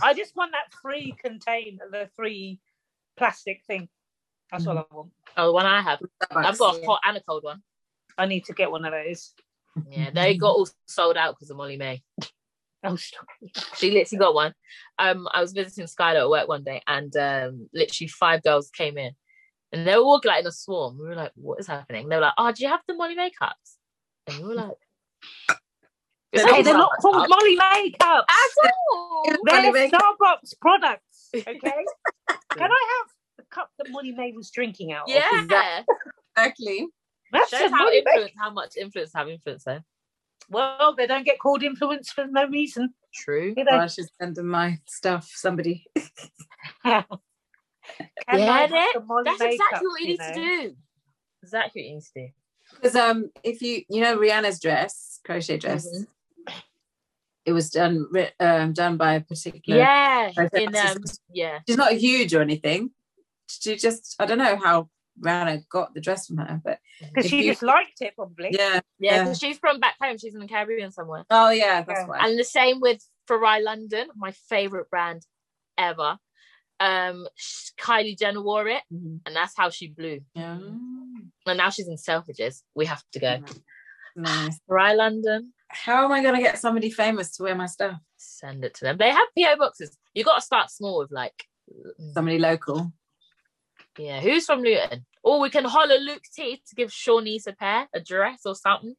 I just want that free container, the free plastic thing. That's
Mm.
all I want.
Oh, the one I have.
That
I've got
wax.
a hot and a cold one.
I need to get one of those.
Yeah, they got all sold out because of Molly May.
Oh, stop.
She literally got one. Um, I was visiting Skylar at work one day, and um, literally five girls came in, and they were walking like in a swarm. We were like, "What is happening?" They were like, "Oh, do you have the Molly May cups?" And we were like,
They're
"It's
Hey, they're not
Starbucks
called
cups."
Molly Makeup.
At all.
It was Molly
They're
May cup.
Starbucks products. Okay. Can I have the cup that Molly May was drinking out? of?
Yeah,
Exactly.
That's
shows
a
how
Molly May-
influence, how much influence have influence there.
Well, they don't get called influence for no reason.
True.
do
Oh,
they?
I should send them my stuff. Somebody.
Can
Yeah,
I have
that-
the Molly
That's
May
exactly
cup,
what you need to
know?
do. Exactly what you need to do.
Because um, if you you know Rihanna's dress, crochet dress,
Mhm.
it was done ri- um done by a particular.
Yeah,
I think
in
that's
um,
just-
yeah.
She's not huge or anything. She just I don't know how Rihanna got the dress from her, but
Because
If
she
you-
just liked it, probably.
yeah.
Yeah, because she's from back home. She's in the Caribbean somewhere.
Oh yeah, that's
Yeah.
why.
And the same with Farai London, my favorite brand ever. Um, sh- Kylie Jenner wore it,
Mhm.
and that's how she blew.
Yeah.
And now she's in Selfridges. We have to go.
Nice.
Farai London,
How am I gonna get somebody famous to wear my stuff?
send it to them. They have PO boxes. You got to start small with like, mm,
Somebody local.
yeah, who's from Luton? Or we can holler Luke T to give Shawnice a pair, a dress or something.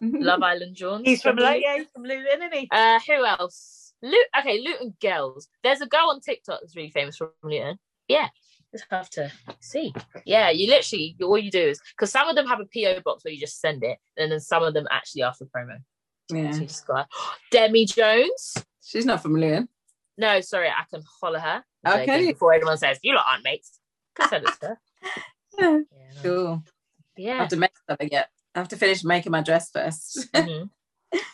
Love Island John.
He's from like, yeah, he's from Luton, isn't he?
Uh, who else? Lu- okay, Luton girls. There's a girl on TikTok that's really famous from Luton. Yeah, just have to see. Yeah, you literally all you do is because some of them have a PO box where you just send it, and then some of them actually ask for promo. So
Yeah.
you just go, Demi Jones.
She's not from Lyon.
No, sorry, I can holler her.
Okay.
Again, Before anyone says you lot aren't mates, can send it to her.
Yeah.
Yeah.
Cool. I
Yeah.
have to make something yet. I have to finish making my dress first.
Mhm.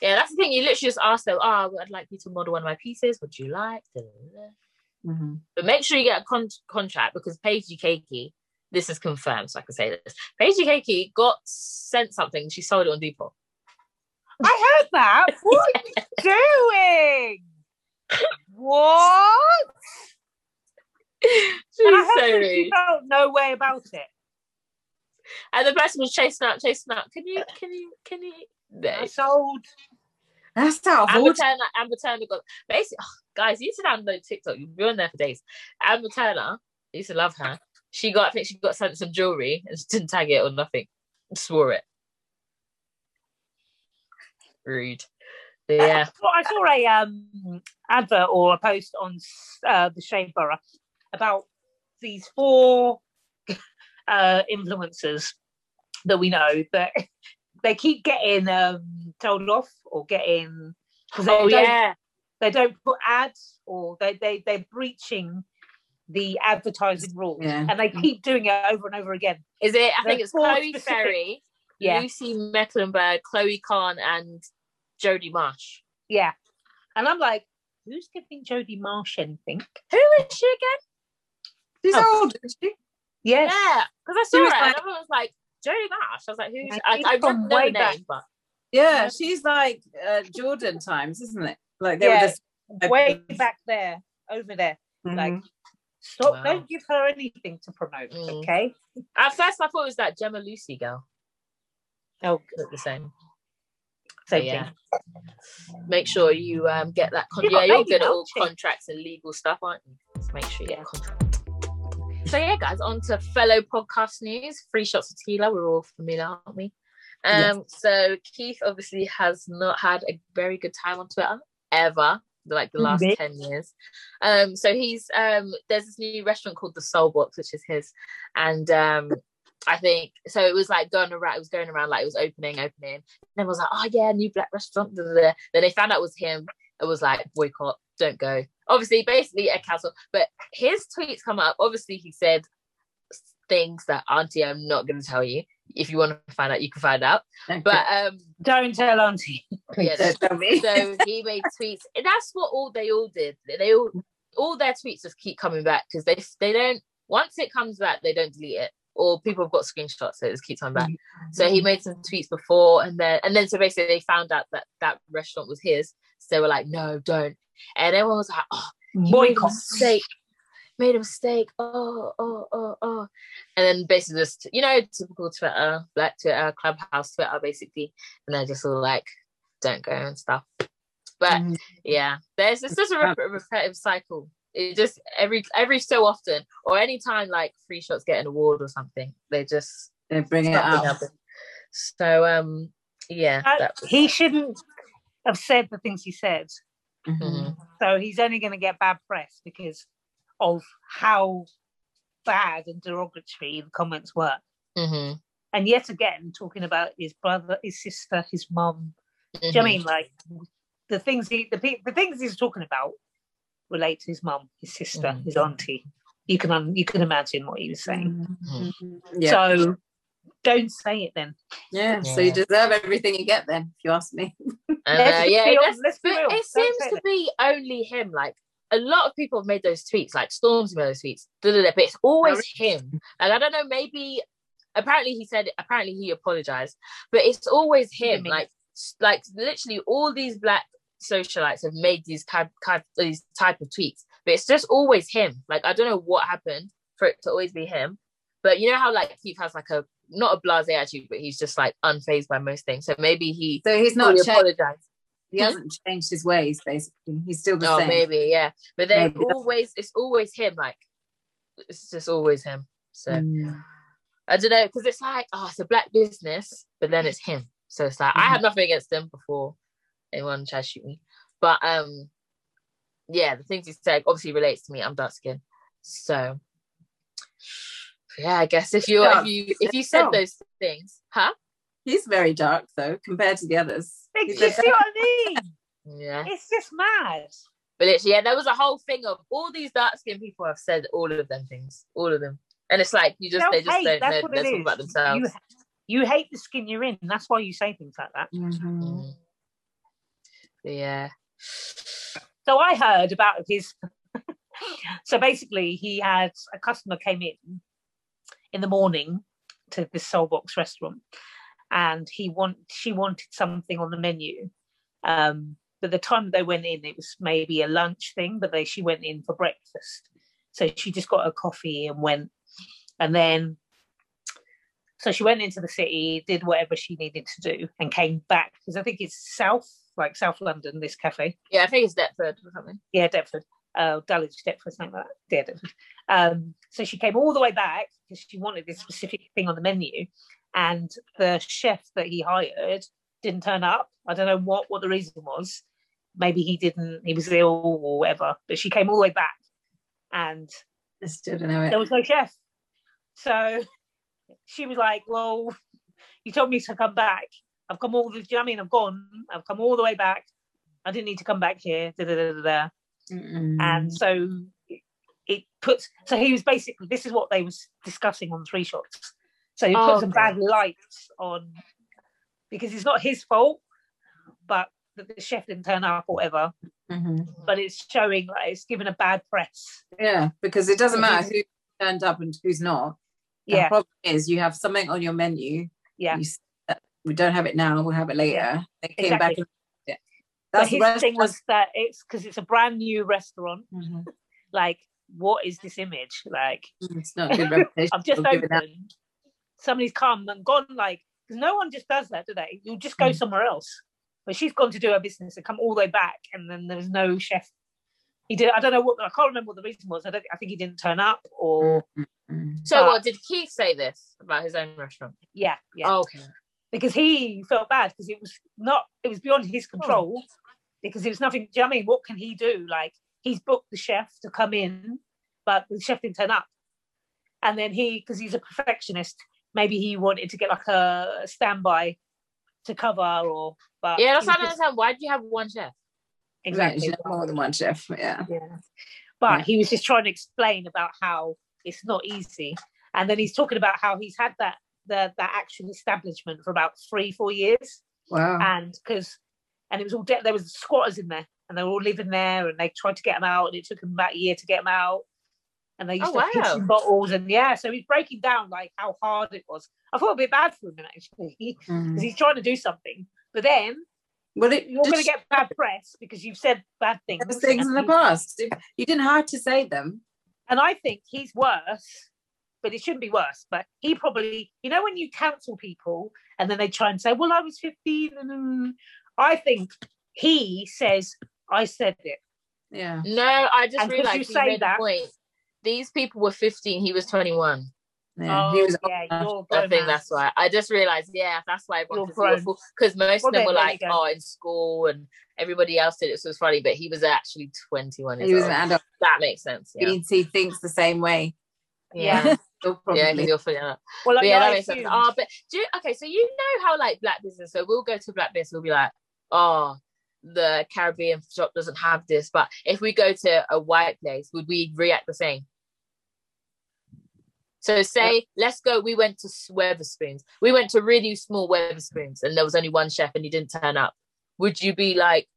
Yeah, that's the thing. You literally just ask them, oh, I'd like you to model one of my pieces. Would you like? Da, da, da, da.
Mm-hmm.
Mhm.
But make sure you get a con- contract because Paige Keiki, this is confirmed, so I can say this. Paige Keiki got sent something. She sold it on Depot.
I heard that. What are you doing? What?
She
And
was
I
so
heard that she
rude.
felt no way about it.
And the person was chasing up, chasing up. Can you, can you, can you? No.
I sold.
That's how
Amber
old.
Turner, Amber Turner got basically oh, guys, you used to download TikTok, you've been on there for days. Amber Turner, I used to love her. She got I think she got sent some jewelry and she didn't tag it or nothing. Swore it. Rude. But yeah.
I saw, I saw a um advert or a post on uh, the Shade Borough about these four uh influencers that we know that they keep getting um told off or getting because they
Oh
don't
yeah.
they don't put ads or they, they they're breaching the advertising rules
Yeah.
and they
Mm-hmm.
keep doing it over and over again
Is it? I
There's
think it's
four
Chloe
specific-
Ferry,
Yeah.
Lucy Mecklenburg, Chloe Khan, and Jodie Marsh.
yeah and i'm like who's giving jodie marsh anything
Who is she again?
She's
Oh.
old, isn't she?
Yeah,
yes
because I
She
saw her
was
and
like-
everyone was like Jodie Marsh. I was like, who's?
Like,
I,
she's
I
from
don't know
way
the
back.
name, but
Yeah,
Yeah.
she's like uh, Jordan times, isn't it? Like they
Yeah.
were just mm-hmm.
way back there over there like stop
Wow.
don't give her anything to promote
Mm.
okay
at first I thought it was that Gemma Lucy girl.
oh
Look the same.
so
But yeah. Make sure you um get that. Con-
She
yeah,
Mm. got
you're
baby
good at
now,
all
she.
contracts and legal stuff, aren't you? Just make sure you get
Yeah.
a contract. So yeah, guys, on to fellow podcast news. Free shots of tequila. We're all familiar, aren't we? Um. So Keith obviously has not had a very good time on Twitter ever. Like the last
Mhm.
ten years, um. So he's um. There's this new restaurant called the Soul Box, which is his, and um. I think so. It was like going around. It was going around like it was opening, opening. And then was like, oh yeah, new black restaurant. Da, da, da. Then they found out it was him. It was like boycott, don't go. Obviously, basically a cancel. But his tweets come up. Obviously, he said things that Auntie, I'm not going to tell you. If you want to find out, you can find out. But um,
Don't tell Auntie.
yeah,
Don't tell me.
so he made tweets and that's what all they all did they all all their tweets just keep coming back because they they don't once it comes back they don't delete it or people have got screenshots so it just keeps coming back so he made some tweets before and then and then so basically they found out that that restaurant was his so they were like no don't and everyone was like oh you made a
Boycott.
mistake made a mistake oh oh oh oh and then basically just you know typical twitter black twitter clubhouse twitter basically and they're just all like don't go and stuff but
Mhm.
yeah there's it's just a re- repetitive cycle it just every every so often or anytime like free shots get an award or something they just
They bring it
something
up.
happens. so um yeah
Uh,
that was-
he shouldn't have said the things he said. Mm-hmm.
Mhm.
Mhm.
So he's only going to get bad press because of how bad and derogatory the comments were.
Mhm.
And yet again, talking about his brother, his sister, his mum. Do you know what I mean like the things he the, pe- the things he's talking about relate to his mum, his sister,
Mhm.
his auntie. You can un- you can imagine what he was saying.
Mm-hmm. Yeah.
So don't say it then.
yeah. So you deserve everything you get then, if you ask me.
And,
Let's
uh,
be
yeah,
real-
that's-
let's be
but it
real. Don't
seems
say
to
that.
be only him. Like a lot of people have made those tweets, like Storms made those tweets, da, da, da, but it's always him. Like I don't know, maybe apparently he said apparently he apologized, but it's always him.
Really?
Like s- like literally all these black socialites have made these type, type these type of tweets, but it's just always him. Like I don't know what happened for it to always be him. But you know how like Keith has like a not a blase attitude, but he's just like unfazed by most things. So maybe he
So he's
Oh,
not
fully
changed.
apologized.
He hasn't changed his ways. Basically, he's still the
Oh,
same.
maybe, yeah. But then
Maybe.
always, it's always him. Like, it's just always him. So
Mm.
I don't know, because it's like, oh, it's a black business, but then it's him. So it's like I
Mm-hmm.
had nothing against him before anyone tried to shoot me, but um, yeah, the things he said obviously relates to me. I'm dark skinned so yeah. I guess if you
Yeah.
if you if you said
Yeah.
those things, huh?
He's very dark though, compared to the others.
Like,
He's
you
a
see what I
Yeah.
mean? It's just mad.
But literally, yeah, there was a whole thing of all these dark skinned people have said all of them things, all of them. And it's like you just they just
Self-hate,
don't know
that's what
they're
it
talking about
is.
themselves.
You, you hate the skin you're in. That's why you say things like that.
Mhm.
Mm. Yeah.
So I heard about his. so basically, he had a customer came in in the morning to this Soulbox restaurant, and he want she wanted something on the menu. Um, but the time they went in, it was maybe a lunch thing, but they she went in for breakfast. So she just got a coffee and went, and then so she went into the city, did whatever she needed to do, and came back because I think it's south, like South London, this cafe
Yeah, I think it's Deptford or something.
yeah, Deptford, uh, Dulwich, Deptford, something like that. Yeah, Deptford. Um, so she came all the way back because she wanted this specific thing on the menu, and the chef that he hired didn't turn up. I don't know what what the reason was. Maybe he didn't. He was ill or whatever. But she came all the way back, and
I still don't know it.
there was no chef. So she was like, Well, you told me to come back. I've come all the, do you know what I mean? I've gone, I've come all the way back. I didn't need to come back here. Da, da, da, da, da.
Mm-mm.
And Um, so it- it puts, so he was basically, this is what they was discussing on Three Shots. So he
Oh,
puts a
okay.
bad light on, because it's not his fault, but that the chef didn't turn up or whatever.
Mhm.
But it's showing, like, it's given a bad press.
yeah, because it doesn't
But
matter who turned up and who's not. The
Yeah.
problem is you have something on your menu.
Yeah.
you s- uh, we don't have it now. We'll have it later.
Yeah,
They came back.
exactly.
And, yeah.
But
That's
his
rest-
thing was that it's because it's a brand new restaurant.
Mhm.
Like, what is this image? Like,
It's not a good reputation.
I've just
we'll give it out.
opened. Somebody's come and gone. Like, because no one just does that, do they? You'll just go
Mm.
somewhere else. But she's gone to do her business and come all the way back, and then there was no chef. He did. I don't know what. I can't remember what the reason was. I, don't, I think he didn't turn up, or
Mm.
So
But-
what did Keith say this about his own restaurant?
yeah, yeah.
Oh, okay.
because he felt bad because it was not it was beyond his
Hmm.
control because it was nothing do you know what I mean what can he do like he's booked the chef to come in but the chef didn't turn up and then he because he's a perfectionist maybe he wanted to get like a standby to cover or but
Yeah, that's
he
what I don't
just-
understand. Why do you have one chef?
exactly
Right, more than one chef. Yeah.
yeah. But
Yeah.
he was just trying to explain about how it's not easy. And then he's talking about how he's had that the, that actual establishment for about three, four years.
Wow.
And because and it was all de- there was squatters in there and they were all living there and they tried to get them out and it took them about a year to get them out. And they used
Oh,
to pitch
wow.
in bottles and yeah, so he's breaking down like how hard it was. I felt a bit bad for him actually because
Mm.
he's trying to do something, but then
Well, it,
you're going to
did
get bad press because you've said bad things.
you have things in the
and-
past. If- You didn't have to say them.
and I think he's worse, but it shouldn't be worse. But he probably, you know, when you cancel people and then they try and say, "Well, I was 15," and- and I think he says, "I said it."
Yeah.
No, I just
And 'cause
realized
you
you
say
made
that-
a point. These people were 15, he was 21.
Yeah.
oh,
he was
yeah,
older.
you're
uh, I
grown
think
man.
that's why. I just realized, yeah, that's why
You're
everyone
grown.
because most
Well,
of them
there-
were
there you
like,
go.
oh, in school, and everybody else did it, so it's funny. But he was actually 21 years
He was an
old.
adult.
that makes sense. Yeah,
means he thinks the same way.
Yeah.
yeah,
Still
because
probably.
you're oh, filling up.
Well,
But
like,
yeah,
I
that makes sense.
assumed-
Oh, but do you, okay. So you know how like black business. So we'll go to black business. We'll be like, oh, the Caribbean shop doesn't have this. But if we go to a white place, would we react the same? So say, let's go. We went to S- Weatherspoons. We went to really small Weatherspoons, and there was only one chef, and he didn't turn up. Would you be like,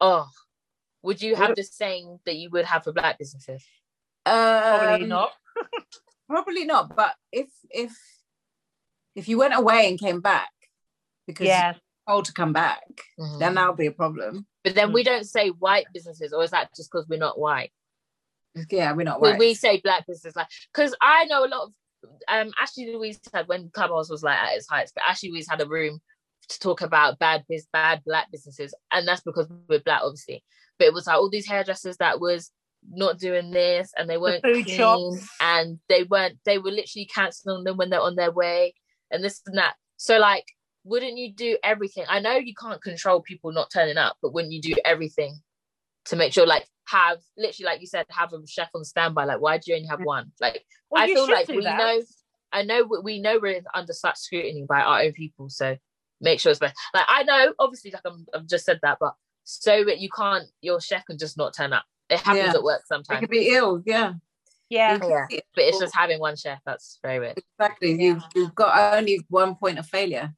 oh? Would you have the same that you would have for black businesses?
probably
Um,
not.
Probably not. But if if if you went away and came back because you
Yeah,
were told to come back,
Mm.
then that would be a problem.
But then
Mm.
we don't say white businesses, or is that just because we're not white?
Yeah, we're not
We-
white.
We say black business, like because I know a lot of um Ashley Louise had when Clubhouse was like at its heights, but Ashley Louise had a room to talk about bad biz, bad black businesses, and that's because we're black, obviously. But it was like all these hairdressers that was not doing this, and they weren't
food
clean,
shops.
and they weren't. They were literally canceling them when they're on their way, and this and that. So like, wouldn't you do everything? I know you can't control people not turning up, but wouldn't you do everything to make sure like have literally like you said have a chef on standby like why do you only have one like
Well,
i
you
feel
should
like
do
we
that.
know i know we- we know we're under such scrutiny by our own people so make sure it's best like i know obviously like I'm, i've just said that but so that you can't your chef can just not turn up it happens
Yeah.
at work
You
sometimes
could be ill. Yeah.
Yeah,
You could
Yeah.
be ill.
but it's just having one chef that's very weird
Exactly.
Yeah.
You've, you've got only one point of failure.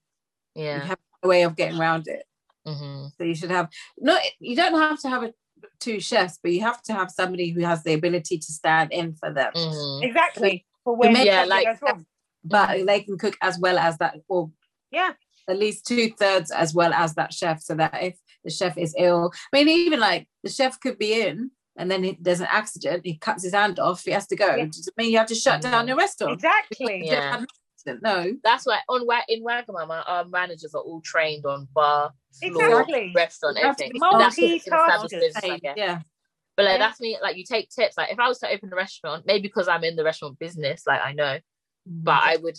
You
yeah
have a way of getting around it.
hmm
So you should have no. You don't have to have a, two chefs, but you have to have somebody who has the ability to stand in for them.
hmm
exactly. For when
Yeah,
something
like-
goes wrong.
But they can cook as well as that, or
Yeah.
at least two thirds as well as that chef. So that if the chef is ill, I mean, even like the chef could be in, and then he, there's an accident, he cuts his hand off, he has to go.
Yeah.
Does it mean you have to shut down the restaurant?
exactly.
Yeah.
You don't have an accident, No.
that's why on Wa- in Wagamama our managers are all trained on bar floor
Exactly.
restaurant
You have to
everything
be
And that's what it's an
multitaskers.
established business, I guess.
Yeah.
But like
Yeah.
that's me. Like you take tips. Like if I was to open a restaurant, maybe because I'm in the restaurant business, like I know, but I would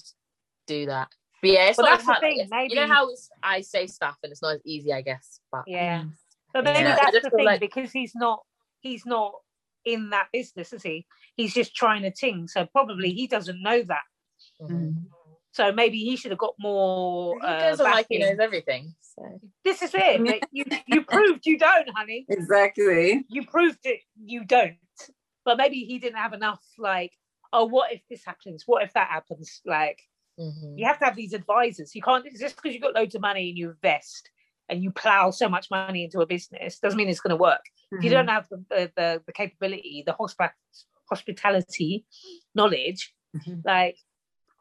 do that. But yeah, it's
Mm. Well,
not
that's the
hard,
thing,
like, it's- you know
maybe-
how it's, I say stuff and it's not as easy, I guess. But
Yeah.
Mm.
But maybe
Yeah. I
that's
just
the
feel
thing
like-
because he's not he's not in that business, is he? He's just trying to ting. So probably he doesn't know that.
mhm.
Mm.
So maybe he should have got more.
he
Uh,
goes on like he
backing.
knows everything. So
this is it.
Yeah.
Like, you you proved you don't, honey.
Exactly.
You proved it. You don't. But maybe he didn't have enough. Like, oh, what if this happens? What if that happens? Like,
mhm.
you have to have these advisors. You can't it's just because you've got loads of money and you invest and you plow so much money into a business doesn't mean it's going to work. if
Mm-hmm.
you don't have the, the, the, the capability, the hospi- hospitality knowledge,
Mhm.
like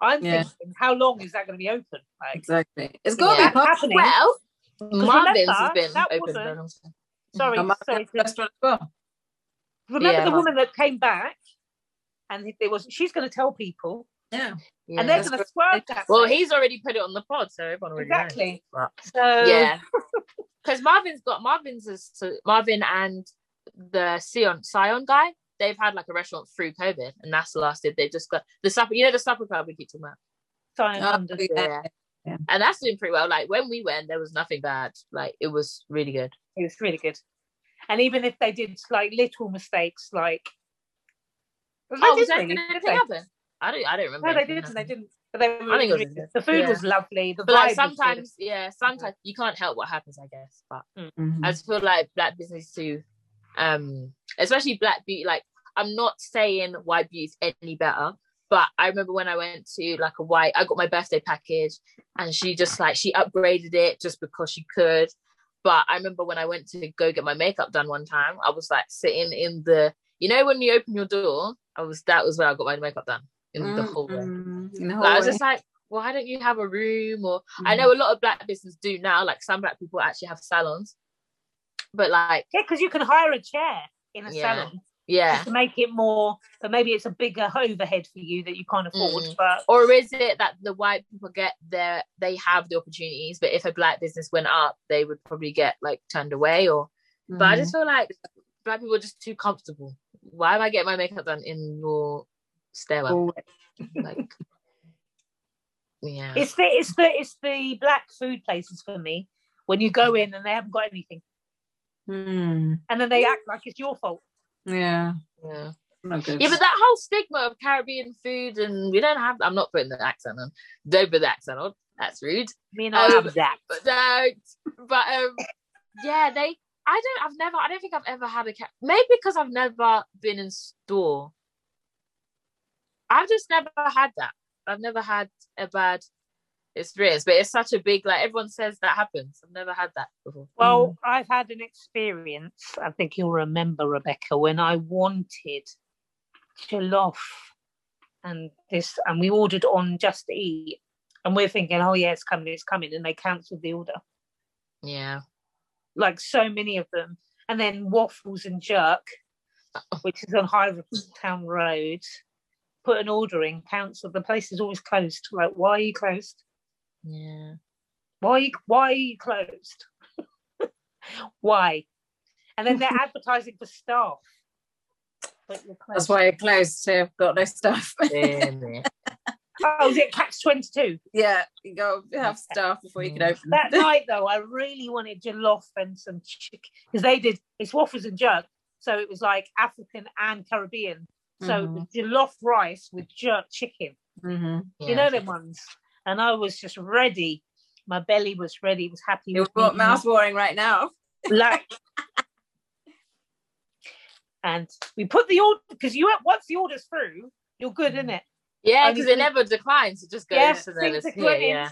I'm
Yeah.
thinking, how long is that going to be open? Like,
Exactly. It's got to
that's
Yeah.
be part
happening.
well, Marvin's
remember,
has been
that
open for a
woman-
long time.
sorry,
of my
sorry. to-
restaurant as well.
Remember
Yeah.
the woman that came back, and it was she's going to tell people,
Yeah.
and
Yeah.
they're
that's
going to
what-
swerve that.
Well,
way.
he's already put it on the pod, so everyone already knows.
exactly.
Right.
So
yeah because marvin's got marvin's is so- marvin and the sion sion guy they've had like a restaurant through covid and that's lasted they just got the supper you know the supper club we keep talking about
sorry,
Oh,
London.
yeah.
yeah,
Yeah.
and that's doing pretty well like when we went there was nothing bad like it was really good
It was really good. And even if they did like little mistakes, like
oh was
didn't
anything
really, did
Oh, anything happen i don't i don't remember
No, they
anything
didn't. They
happening.
didn't. But they were
I think it was
really
good.
good. the food
Yeah.
was lovely. The
But like
vibe was good.
sometimes, yeah, sometimes you can't help what happens, I guess. But
Mhm.
I just feel like black business too, um, especially black beauty. Like I'm not saying white beauty's any better, but I remember when I went to like a white, I got my birthday package, and she just like she upgraded it just because she could. But I remember when I went to go get my makeup done one time, I was like sitting in the, you know, when you open your door, I was that was where I got my makeup done in the hallway.
Mhm. In
Like, I
the
was
hallway.
just like, why don't you have a room? Or
Mm.
I know a lot of black businesses do now, like some black people actually have salons. But like,
Yeah, because you can hire a chair in a
Yeah.
salon
yeah.
to make it more, but maybe it's a bigger overhead for you that you can't afford.
Mm.
But
Or is it that the white people get their they have the opportunities, but if a black business went up, they would probably get like turned away or
Mhm.
but I just feel like black people are just too comfortable. Why am I getting my makeup done in your stairwell?
Hallway.
Like Yeah.
it's the it's the it's the black food places for me. When you go in and they haven't got anything,
Mhm.
and then they act like it's your fault.
Yeah.
Yeah.
Not good.
Yeah, but that whole stigma of Caribbean food and we don't have I'm not putting the accent on. Don't put the accent on. That's rude.
Me and I
Um,
have that.
But don't. But um yeah, they I don't I've never I don't think I've ever had a cat maybe because I've never been in store. I've just never had that. I've never had a bad experience. But it's such a big like everyone says that happens. I've never had that before.
Well, I've had an experience. I think you'll remember, Rebecca, when I wanted jollof and this, and we ordered on Just Eat, and we're thinking, oh yeah, it's coming, it's coming, and they cancelled the order.
Yeah.
like so many of them. And then Waffles and Jerk, which is on High Town Road, put an order in, cancelled. The place is always closed. Like, why are you closed?
Yeah.
Why are you, why are you closed? why? And then they're advertising for staff. But you're
That's
closed.
why you're close to have got no stuff.
Oh, is it Catch 22?
yeah, you got to have stuff before you can open.
That night, though, I really wanted jollof and some chicken because they did, it's Waffles and Jerk. So it was like African and Caribbean. So
Mhm.
the jollof rice with jerk chicken,
Mhm.
you know them ones. And I was just ready. My belly was ready. It was happy.
Your
with me eating
mouth's watering right now.
black. and we put the order because you once the order's through, you're good, isn't it?
Yeah,
And
because
you
it
can-
never declines. It just goes
Yeah,
to the
things
list
are
here.
good.
Yeah.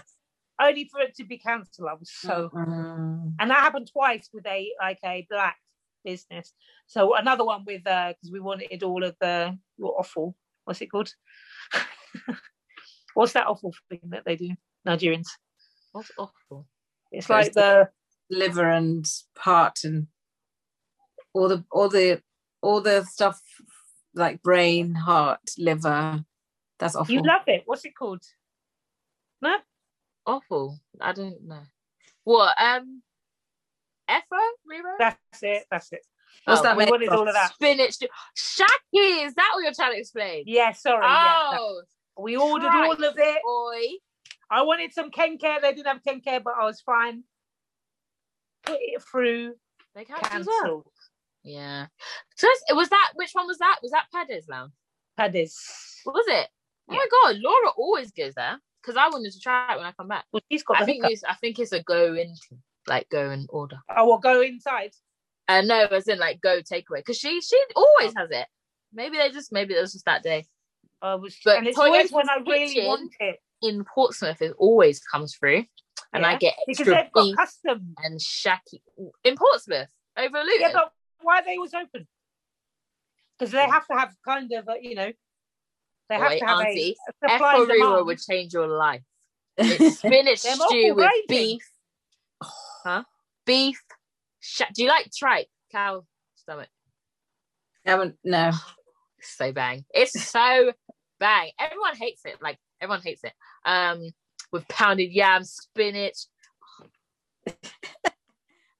Only for it to be cancelled. I was so,
Mhm.
and that happened twice with a like a black business. So another one with uh because we wanted all of the what offal. What's it called? What's that awful thing that they do? Nigerians.
That's awful.
It's
Roast
like the
liver and heart and all the all the all the stuff like brain, heart, liver. That's awful.
You love it. What's it called?
Awful. I don't know. What? Um Efra? Rero?
That's it. That's it.
What's
Oh,
that
we
made
wanted
from?
all of that.
spinach. do- Shaki, is that what you're trying to explain?
Yeah, sorry. yeah, that-
Oh,
we ordered all of it.
boy.
I wanted some Ken Care. They didn't have Ken Care, but I was fine. Put it through.
They can't as well.
Cancelled.
Yeah. So it's- it was that. Which one was that? Was that Paddy's Lounge?
Paddy's.
What was it? Oh my god, Laura always goes there because I wanted to try it when I come back.
Well, she's got
I
the
think
hiccup.
it's, I think it's a go in, like go and order.
Oh, well, go inside.
Uh, no, as in like go takeaway because she she always has it. Maybe they just maybe it was just that day.
I was,
But
and it's
Toya's
always when I really
kitchen-
want it
In Portsmouth, it always comes through, and I
Yeah,
get
because
extra
they've
beef
got custom.
and shaki in Portsmouth over Luton.
Yeah, but why are they always open? Because they have to have kind of, a, you know, they have
Oi,
to have
auntie,
a supply
Efarua
and demand.
would change your life. It's spinach
Them
stew with
awful gravy.
beef. Huh? Beef. Sh- Do you like tripe? Cow stomach.
Haven't no.
It's so bang. It's so bang. Everyone hates it. Like everyone hates it. Um, with pounded yam, spinach.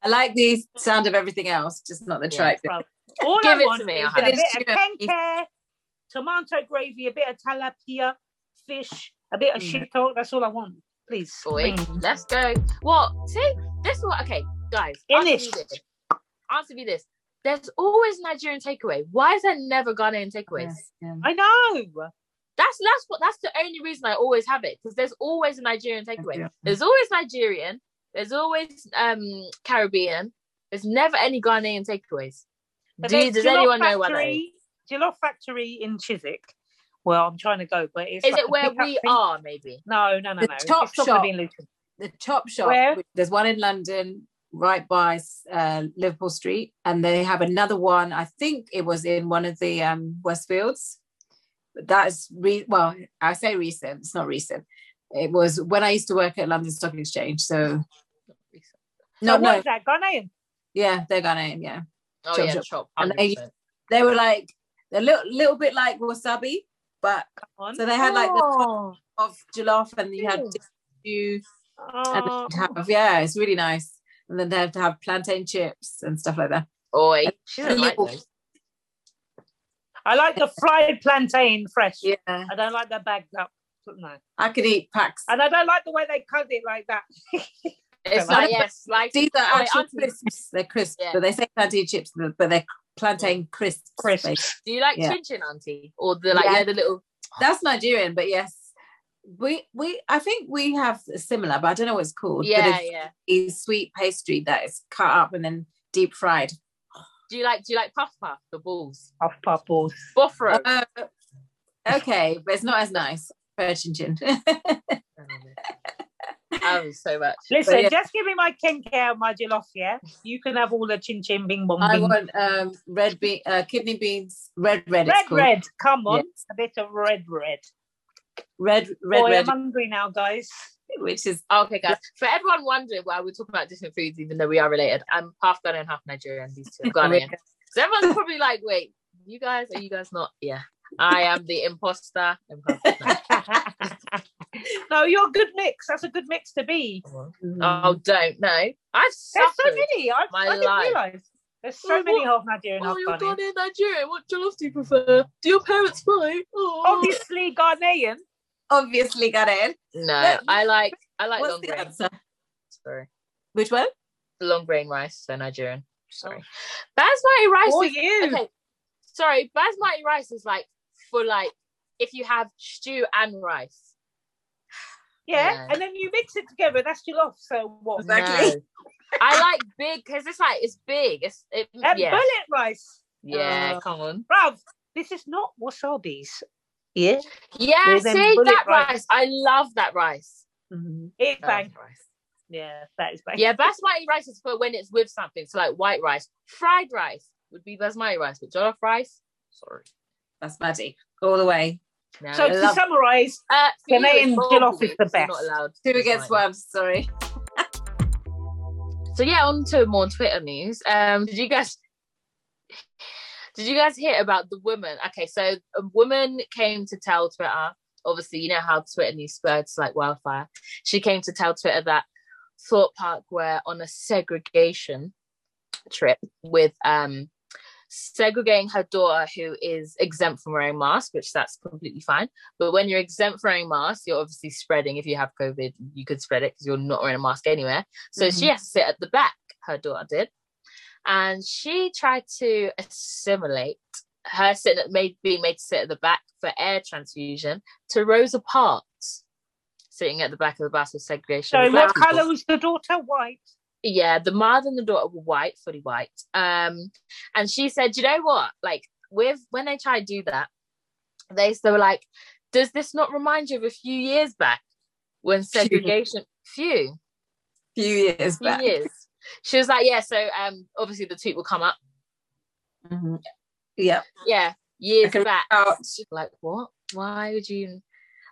I like the sound of everything else, just not the
Yeah.
tripe.
Right. All
Give
I
it to
want
me,
is
I'll
a
have
it.
bit of kenke, tomato gravy, a bit of tilapia, fish, a bit of
Mm.
shito. That's all I want, please.
Boy,
Mm.
let's go. Well, see, this is what. Okay, guys.
Inish.
Answer me this. Answer me this. There's always Nigerian takeaway. Why is there never Ghanaian takeaways?
Yeah.
I know.
That's that's what that's the only reason I always have it because there's always a Nigerian takeaway. There's always Nigerian. There's always um Caribbean. There's never any Ghanaian takeaways.
But
Do you,
there's
does
Jollof
anyone know where that is?
Factory- Jollof Factory in Chiswick. Well, I'm trying to go, but it's
Is
like
it
a
where
pickup
we
thing.
are? Maybe.
No, no, no,
The
no.
chop
it's not gonna
shop.
be in Luton.
the chop shop
Where?
which- there's one in london right by uh, liverpool street and they have another one i think it was in one of the um, westfields but that is re- well i say recent it's not recent it was when i used to work at london stock exchange so no
So what
no
is that? Ghanaian.
yeah they're ghanaian yeah
Oh
Chop
yeah,
shop.
chop.
And they-
100%.
they were like a little, little bit like wasabi but
Come on.
so they had like the top
Oh,
of jollof and you had
Ew.
you and
Oh,
they'd have, yeah it's really nice and then they have to have plantain chips and stuff like that
Oi, she doesn't like
Little-
those.
I like the fried plantain fresh.
Yeah,
I don't like the bagged up. No.
I could eat packs.
And I don't like the way they cut it like that.
It's like
I like
yes, like
These are
Oi,
actual
auntie,
crisps. They're crisps,
Yeah.
but they say plantain chips, but but they're plantain crisps. basically.
Do you like
Yeah.
chin chin, auntie, or the like?
Yeah.
Yeah, the little.
That's Nigerian, but yes, we we I think we have a similar, but I don't know what it's called.
Yeah,
but it's
yeah.
a sweet pastry that is cut up and then deep fried.
Do you like do you like puff puff the balls?
Puff puff balls.
Buffalo.
Uh, okay, but it's not as nice. Virgin gin. Uh,
I love it Oh, so much.
Listen,
yeah.
just give me my kinkare and my jollof, yeah? You can have all the chin chin bing bong
I
bing.
want um, red bean, uh, kidney beans, red red. it's
red,
called.
red. Come on.
Yes.
A bit of red, red.
red, red,
Boy,
red,
I'm hungry now, guys.
which is
Oh, Okay, guys. For everyone wondering why we're talking about different foods, even though we are related, I'm half Ghanaian and half Nigerian. These two are Ghanaian. So everyone's probably like, "Wait, you guys? Are you guys not?" Yeah, I am the imposter. I'm half
no, you're a good mix. That's a good mix to be.
Ghanaian.
Mm.
oh, don't know. I've
There's so
suffered.
many. I,
my
I didn't
life.
realize. There's so
Well,
many
what-
half Nigerian, half
Oh, you're
Ghanaian.
Ghanaian Nigerian. What jollof do you prefer? Do your parents fight? Oh.
Obviously, Ghanaian.
obviously got it.
No,
But-
I like I like long
What's the
grain.
answer?
Sorry,
Which one?
long grain rice. So Nigerian. Sorry,
Oh.
basmati rice.
Or
is-
you.
okay, sorry, basmati rice is like for like if you have stew and rice.
Yeah.
Yeah.
And then you mix it together. That's jollof. So what?
Exactly.
No. I like big because it's like it's big. It's it,
And
yeah,
bullet rice.
yeah.
Uh,
come on.
Bruv, this is not wasabi's. Yeah.
Yeah,
there's
see
them bullet
that rice.
rice.
I love that rice.
It's
I love
Mm-hmm. bang.
that rice.
Yeah, that is bang.
Yeah, basmati rice is for when it's with something. So like white rice, fried rice would be basmati rice, but jollof rice. Sorry.
That's magic all the way.
No,
So
I
to
love-
summarize,
Uh, for you,
Ghanaian
it's bulgogi,
jollof is the
so you're
best.
Not allowed
Two
basmati.
against one. Sorry.
So yeah, on to more Twitter news. Um, did you guys? Did you guys hear about the woman? Okay, so a woman came to tell Twitter. Obviously, you know how Twitter news spreads like wildfire. She came to tell Twitter that Thought Park were on a segregation trip with um segregating her daughter who is exempt from wearing masks, which that's completely fine. But when you're exempt from wearing masks, you're obviously spreading. If you have COVID, you could spread it because you're not wearing a mask anywhere. So she has to sit at the back, her daughter did. And she tried to assimilate her sitting at made being made to sit at the back for air transfusion to Rosa Parks sitting at the back of the bus with segregation.
so
with black
what
people.
color was the daughter? White.
Yeah, the mother and the daughter were white, fully white. Um, and she said, you know what? Like with when they try to do that, they still were like, does this not remind you of a few years back when segregation few
Few years
few
back.
years. She was like, yeah, so um obviously the tweet will come up.
Mhm. Yeah.
Yeah, years
can
back.
out.
Like what? Why would you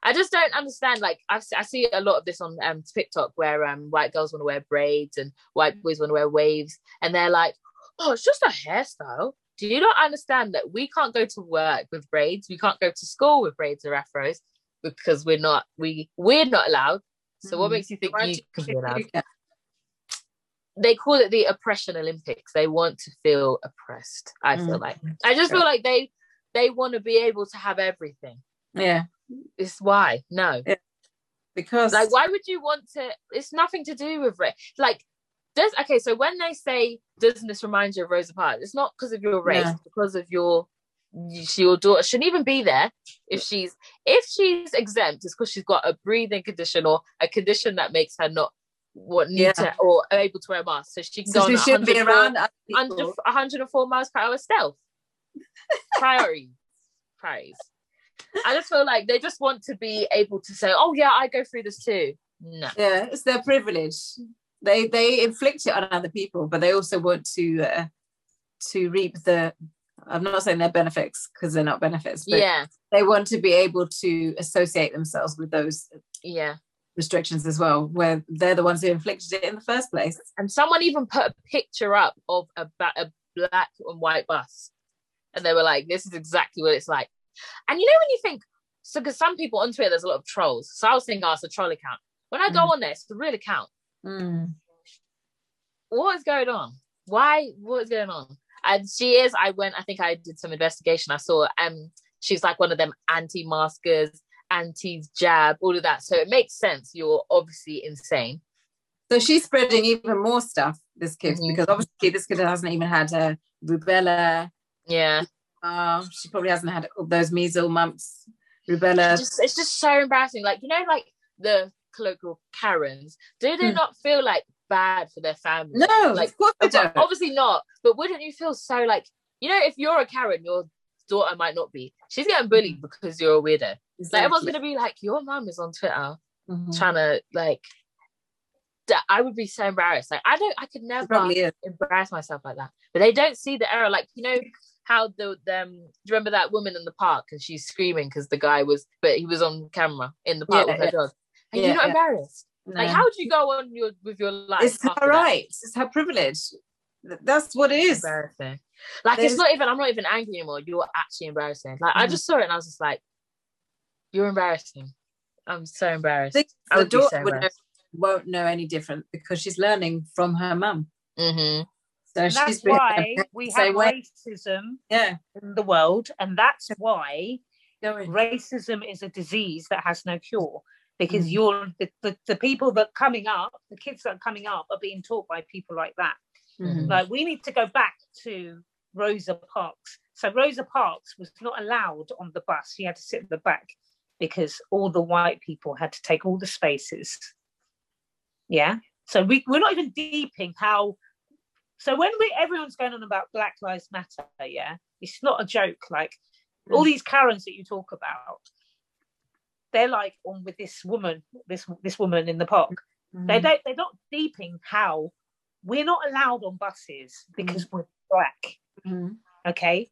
I just don't understand. Like I've, si see a lot of this on um, TikTok where um, white girls want to wear braids and white boys want to wear waves, and they're like, "Oh, it's just a hairstyle." Do you not understand that we can't go to work with braids? We can't go to school with braids or afros because we're not we we're not allowed. So what
Mhm.
makes you think
Why
you
do
can be allowed?
Yeah.
they call it the oppression olympics they want to feel oppressed i feel
Mm.
like i just feel like they they want to be able to have everything
Yeah,
it's why no
because
like why would you want to it's nothing to do with race like does okay so when they say doesn't this remind you of rosa parks it's not because of your race
No.
it's because of your she, your daughter shouldn't even be there if she's if she's exempt it's because she's got a breathing condition or a condition that makes her not what need
Yeah.
to or able to wear a mask so she can
So
go
she
on
should be
104
around other
under
people.
104 miles per hour stealth. Priorities. Priorities. I just feel like they just want to be able to say, oh, yeah, I go through this too. No.
Yeah, it's their privilege. They they inflict it on other people, but they also want to uh, to reap the. I'm not saying they're benefits because they're not benefits, but
Yeah.
they want to be able to associate themselves with those
Yeah.
restrictions as well, where they're the ones who inflicted it in the first place.
And someone even put a picture up of a, ba- a black and white bus. And they were like, this is exactly what it's like. And you know, when you think, so because some people on Twitter, there's a lot of trolls. So I was thinking, oh, it's a troll account. When I go
Mhm.
on there, it's the real account.
Hmm.
what is going on? Why? What is going on? And she is. I went. I think I did some investigation. I saw. Um, she's like one of them anti-maskers, anti-jab, all of that. So it makes sense. You're obviously insane.
So she's spreading even more stuff. This kid,
Mhm.
because obviously this kid hasn't even had her rubella.
Yeah.
Uh, she probably hasn't had all those measles, mumps, rubella.
Just, it's just so embarrassing. Like you know, like the colloquial Karens. Do they
Hmm.
not feel like bad for their family?
no,
like,
of course they
But
don't.
obviously not. But wouldn't you feel so like you know if you're a Karen, your daughter might not be. She's getting bullied
Hmm.
because you're a weirdo. Like everyone's
Exactly.
gonna be like, your mum is on Twitter
Mhm.
trying to like. that I would be so embarrassed. Like I don't, I could
She
never
probably is.
embarrass myself like that. But they don't see the error. Like you know how the um, do you remember that woman in the park and she's screaming because the guy was, but he was on camera in the park
Yeah,
with her
yeah.
dog. Are you
Yeah,
not
yeah.
embarrassed? Like
No.
how do you go on your with your life?
it's
after
her
that?
rights. It's her privilege. Th- That's what it is.
embarrassing. Like
There's-
it's not even. I'm not even angry anymore. You're actually embarrassing. Like I
Mhm.
just saw it and I was just like, you're embarrassing. I'm so embarrassed.
The,
I
the
would be
daughter
so
would know,
embarrassed.
won't know any different because she's learning from her mum.
Mm-hmm.
So
And
she's
that's
been-
why we
So
have
where-
racism
yeah.
in the world, and that's why
Going.
racism is a disease that has no cure because
Mm.
you're the, the, the people that are coming up the kids that are coming up are being taught by people like that
Mm-hmm. Mm.
Mhm.
like we need to go back to rosa parks so rosa parks was not allowed on the bus she had to sit at the back because all the white people had to take all the spaces yeah so we, we're not even deeping how so when we everyone's going on about black lives matter yeah it's not a joke like all
Mm.
these karens that you talk about they're like on with this woman this this woman in the park they
Mhm.
don't they're not deeping how we're not allowed on buses
Mm.
because we're black
Mhm.
okay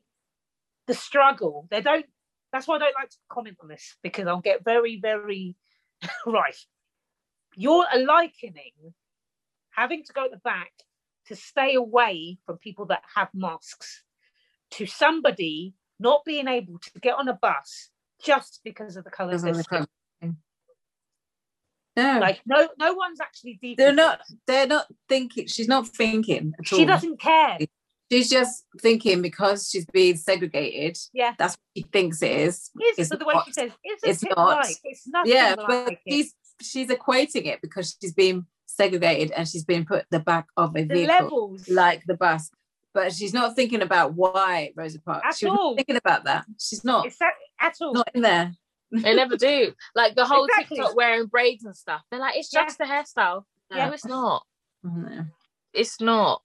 the struggle they don't that's why i don't like to comment on this because i'll get very very rife you're likening having to go at the back to stay away from people that have masks to somebody not being able to get on a bus just because of the color of
Because of
their
the
skin.
colour. No,
like no no one's actually deep
they're not. They're not thinking. She's not thinking at
she
all.
doesn't care
She's just thinking because she's being segregated.
Yeah.
that's what she thinks it is.
is
It's
the way
not.
she says it's,
It's
it's
not.
not like it's nothing
yeah,
like
but
it.
she's she's equating it because she's been segregated and she's been put at the back of a
the
vehicle
levels
like the bus. But she's not thinking about why Rosa Parks.
At
she's not
all.
thinking about that. She's not
it's that, at all
not in there.
They never do. Like the whole
Exactly.
TikTok wearing braids and stuff. They're like, it's
Yeah.
just a hairstyle.
Yeah.
No, it's not.
Oh, No.
It's not.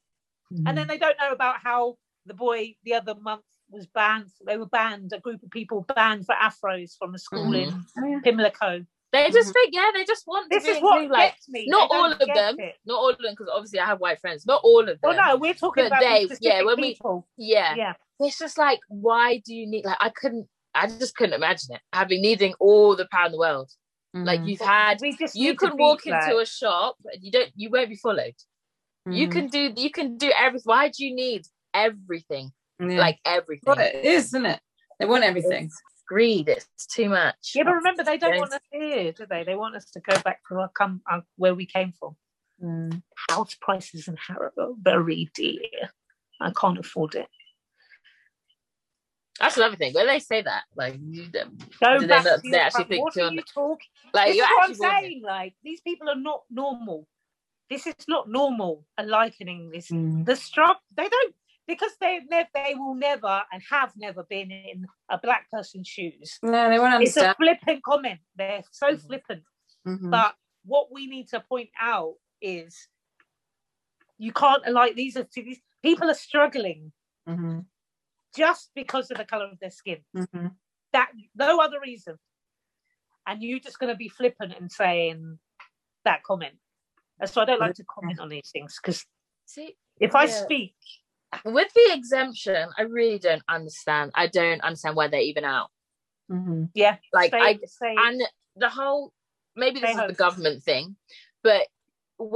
and then they don't know about how the boy the other month was banned they were banned a group of people banned for afros from a school in
Oh, yeah.
pimlico
They just think, yeah, Mm-hmm. they just want
Mm-hmm. this
to be
is what
included, like
gets me
not
I don't
all of
get
them.
it.
not all of them, because obviously I have white friends. Not all of them.
well no we're talking
But
about
they-
these
yeah,
specific
when we-
people
yeah.
yeah
It's just like, why do you need like I couldn't I just couldn't imagine it. Having needing all the power in the world. Like you've had
we Mm. just
you
need to
can walk
be like-
into a shop and you don't you won't be followed
Mm.
you
Mm-hmm.
can do you can do everything why do you need everything like everything
what it is, isn't it? They want everything.
greed it's too much
yeah, but remember they don't
Yes.
want us here, do they? They want us to go back to our come uh, where we came from.
Mm.
mm-hmm.
house prices in Harrow are very dear. I can't afford it.
that's another thing when they say that like you don't-
Go
Do they
back
not-
to
they
your
actually
pub.
think
what
you're
are
on-
you talking?
like
this
you're
is what I'm
actually wrong.
saying. Like these people are not uh,
Mm.
normal. This is not normal. A likening this. The struggle. They don't. because they they, they will never and have never been in a black person's shoes.
No, they won't
It's a
understand.
flippant comment. They're so
Mm.
Mhm.
flippant.
Mhm.
But what we need to point out is you can't like these are these people are struggling
Mhm.
just because of the color of their skin.
Mhm.
That no other reason. And you're just going to be flippant and saying that comment. And so I don't like to comment on these things because
See,
if I
Yeah.
speak,
with the exemption, I really don't understand. I don't understand why they're even out.
Mhm.
yeah,
Like,
say,
I-
say,
and the whole maybe this
Stay
is
home.
the government thing, but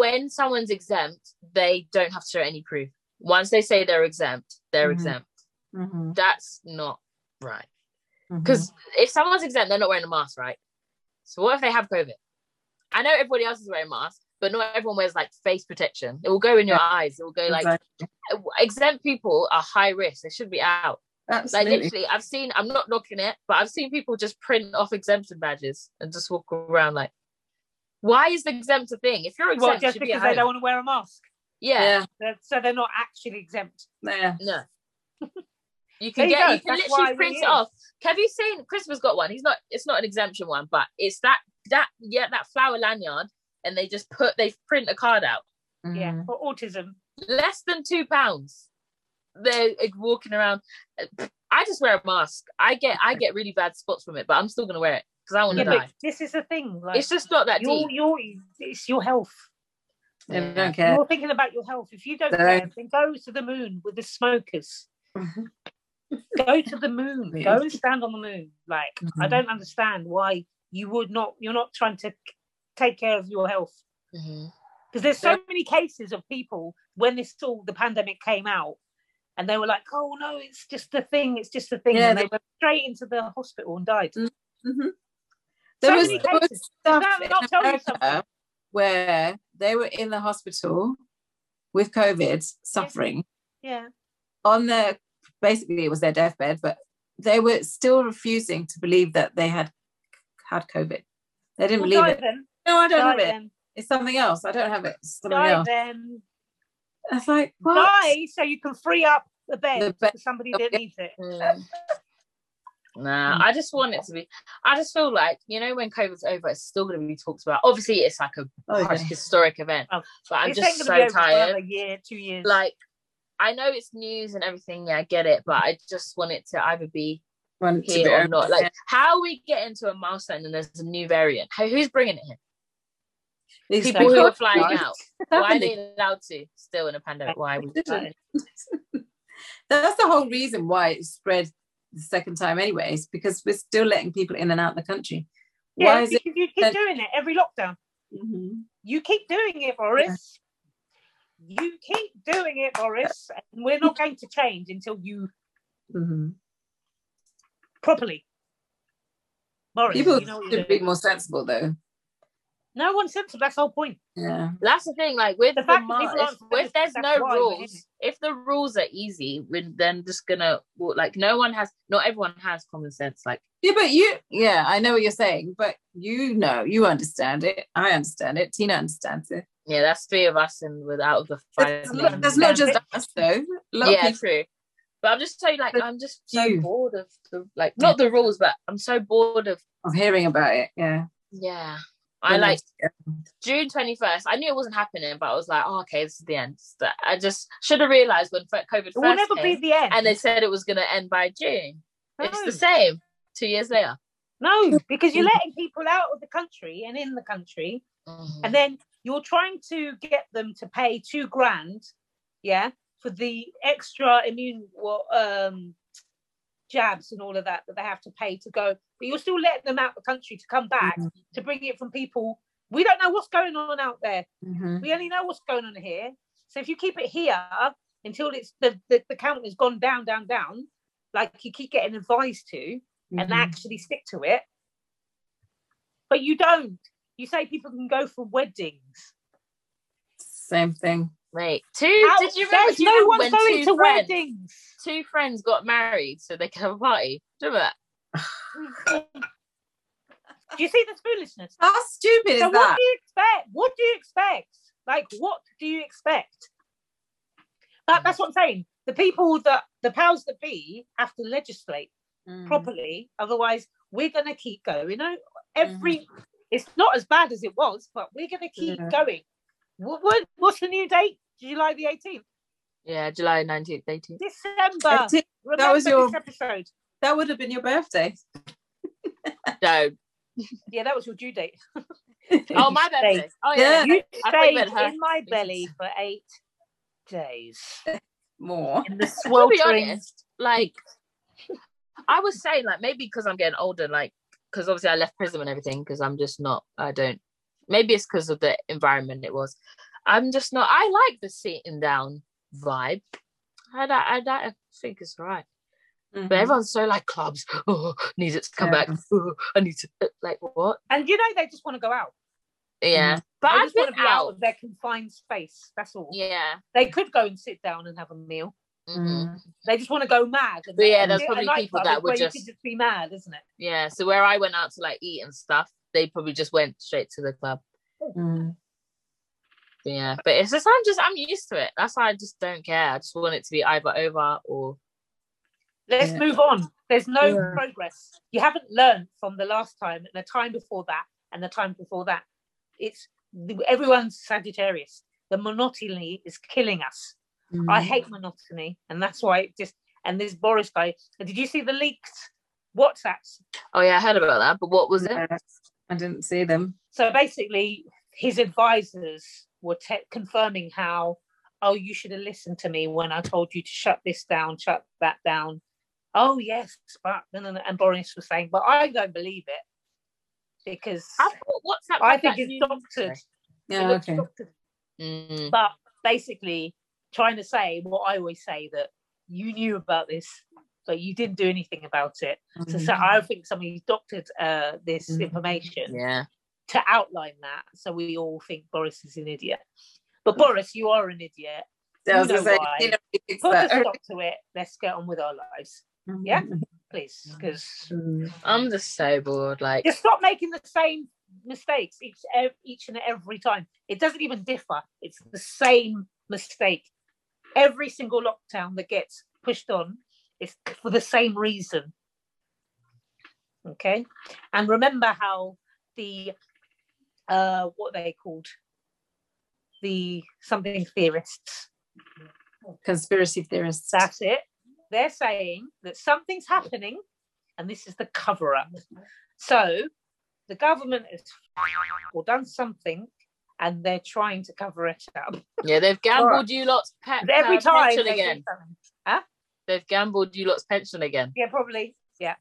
when someone's exempt, they don't have to show any proof. Once they say they're exempt, they're
Mhm.
Mm-hmm.
exempt.
Mhm.
That's not right.
Mhm.
Because if someone's exempt, they're not wearing a mask, right? So what if they have COVID? I know everybody else is wearing masks, but not everyone wears like face protection. It will go in your eyes. It will go like
Exactly.
exempt people are high risk. They should be out. Like
absolutely.
literally, I've seen. I'm not knocking it, but I've seen people just print off exemption badges and just walk around like, why is the exempt a thing? If you're exempt,
well,
you
just
should be
because
at home.
they don't want to wear a mask.
Yeah,
Yeah.
They're- so they're not actually exempt.
Yeah.
no. You
There
can
you
get.
go.
You, can
That's why
literally
we're
print it
here.
off. Have you seen? Christopher's got one. He's not. It's not an exemption one, but it's that that yeah that flower lanyard, and they just put they print a card out.
Yeah,
Mm.
Mhm.
for autism.
less than two pounds. They're like, walking around. I just wear a mask. I get I get really bad spots from it, but I'm still gonna wear it because I want
Yeah,
to
but
die.
this is the thing. Like,
Mm. it's just not that deep.
your, your, it's your health.
They
Yeah.
don't care.
You're thinking about your health. If you don't
They-
care, then go to the moon with the smokers.
Mhm.
Go to the moon.
Yeah.
Go and stand on the moon. Like I
Mhm.
don't understand why you would not. You're not trying to c- take care of your health
Mhm.
because there's so many cases of people when this all the pandemic came out, and they were like, "Oh no, it's just a thing. It's just a thing,"
Yeah,
and they
they-
went straight into the hospital and died.
Mhm. There was,
many
there was
cases.
stuff
that
in
not tell you something?
America where they were in the hospital with COVID, suffering
Yeah,
on their basically it was their deathbed, but they were still refusing to believe that they had had COVID. They didn't
Well,
believe
die
it.
then.
No, I don't
Die
have it.
then.
It's something else. I don't have it. It's something
Die
else.
then.
It's like what?
Die so you can free up the bed,
The bed.
for somebody that needs it.
Mm. Nah, I just want it to be. I just feel like you know when COVID's over, it's still gonna be talked about. Obviously, it's like a
Oh,
harsh,
yeah.
historic event,
Oh,
but I'm
This
just
ain't
so
gonna be over for
tired.
another year, two years.
Like, I know it's news and everything. Yeah, I get it, but I just want it to either be
Want to be
here or
over
not. Like,
it.
how are we getting to a milestone and there's a new variant? How, who's bringing it here?
These
People who
people
are flying
Right.
out.
It's
Why are
happening.
they allowed to still in a pandemic? Why are we?
Didn't. That's the whole reason why it spread the second time, anyways, because we're still letting people in and out of the country.
yeah, mm-hmm.
Why is it?
because you keep
that-
doing it every lockdown.
Mhm.
You keep doing it, Boris. You keep doing it, Boris, and we're not going to change until you
Mhm.
properly. Boris,
People
you know what you're
should be
doing.
more sensible, though.
No one's sensible. That's the whole point.
Yeah.
That's the thing. Like with
The
the,
fact
mask,
that people aren't
if, if there's
that's
no
why we're in it.
rules, if the rules are easy, we're then just gonna well, like no one has, not everyone has common sense. Like
Yeah, but you, yeah, I know what you're saying, but you know, you understand it. I understand it. Tina understands it.
yeah, that's three of us and without the five.
That's
million.
not, that's not just us, though. A lot
yeah,
of people.
true. But I'm just so like
But
I'm just so
you-
bored of the like not the rules, but I'm so bored of
Of hearing about it, yeah.
yeah. I
Yeah.
like June 21st, I knew it wasn't happening, but I was like, oh, okay, this is the end. That- I just should have realized when fir- COVID first
It will never be
came,
the end.
and they said it was going to end by June. It's
No.
the same two years later.
no, because you're letting people out of the country and in the country, and then you're trying to get them to pay two grand, yeah, for the extra immune well, um, jabs and all of that that they have to pay to go. But you're still letting them out the country to come back
Mhm.
to bring it from people. We don't know what's going on out there.
Mhm.
We only know what's going on here. So if you keep it here until it's the the, the count has gone down, down, down, like you keep getting advised to, and
Mhm.
actually stick to it. But you don't. You say people can go for weddings.
Same thing.
Wait, two?
How-
did you remember,
there's
do you
no
remember
one's
when
going
two
to
friends,
weddings.
two friends got married so they could have a party? Do you remember that?
Do you see this foolishness?
How stupid is
So what
that?
do you expect? What do you expect? Like, what do you expect? But that's what I'm saying. the people that the powers that be have to legislate
Mm.
properly. Otherwise, we're going to keep going. You know, every it's not as bad as it was, but we're going to keep
Yeah.
going. What, what's the new date? July the 18th,
Yeah, July 19th, 18th.
December.
I think
Remember
was your-
this episode.
that would have been your birthday.
No.
Yeah, that was your due date.
Oh, my
Stay-
birthday. Oh, yeah.
Yeah.
You
I thought you
stayed
meant her.
in my belly for eight days.
More.
In the
To be
sweltering.
honest, like, I was saying, like, maybe because I'm getting older, like, because obviously I left prison and everything, because I'm just not, I don't, maybe it's because of the environment it was. I'm just not, I like the sitting down vibe. I, li- I, li- I think it's right.
Mhm.
Mm-hmm.
But everyone's so like clubs. Oh, needs it to come
Yeah.
back. Oh, I need to like what?
And you know, they just want to go out.
Yeah, but
They
I've
Mm-hmm. just want
been
to be out.
out.
of their confined space. That's all.
Yeah.
They could go and sit down and have a meal. Mm.
mhm.
They just want to go mad. And
But yeah,
and
there's
a
probably
nightclub
people
is
that would
where you
just-
could just be mad, isn't it?
Yeah. So where I went out to like eat and stuff, they probably just went straight to the club.
Mm.
But yeah. But it's just I'm just I'm used to it. That's why I just don't care. I just want it to be either over or
Let's
Yeah.
move on. There's no
Yeah.
progress. You haven't learned from the last time and the time before that and the time before that. It's everyone's Sagittarius. The monotony is killing us.
Mm.
I hate monotony, and that's why it just and this Boris guy. and Did you see the leaked WhatsApps?
oh yeah, I heard about that. But what was it?
No, I didn't see them.
So basically, his advisors were te- confirming how, oh, you should have listened to me when I told you to shut this down, shut that down. Oh yes, but no, no, no. and Boris was saying, but I don't believe it because
I thought WhatsApp.
I
had
think
that
it's
new-
doctored. It
Yeah,
was
okay.
doctored
Mm,
but basically trying to say what I always say that you knew about this, but you didn't do anything about it. So,
Mm-hmm.
so I think somebody's doctored uh, this
Mhm.
information
yeah.
to outline that, so we all think Boris is an idiot. But
Mm.
Boris, you are an idiot.
Mm-hmm. I was
you
gonna
know
say,
why.
you know, it's
Put a
that- Mm-hmm.
stop to it. Let's get on with our lives, yeah? please, because
Mm.
I'm just so bored. Like
just stop making the same mistakes each ev- each and every time. It doesn't even differ. It's the same mistake. Every single lockdown that gets pushed on is for the same reason. Okay, and remember how the uh, what are they called the something theorists.
Conspiracy theorists.
That's it. They're saying that something's happening, and this is the cover up. So the government has or done something, and they're trying to cover it up.
yeah, they've gambled you lots pe-
But every
uh,
time
pension
they do
again.
something-
They've gambled you lots pension again.
yeah, probably, yeah,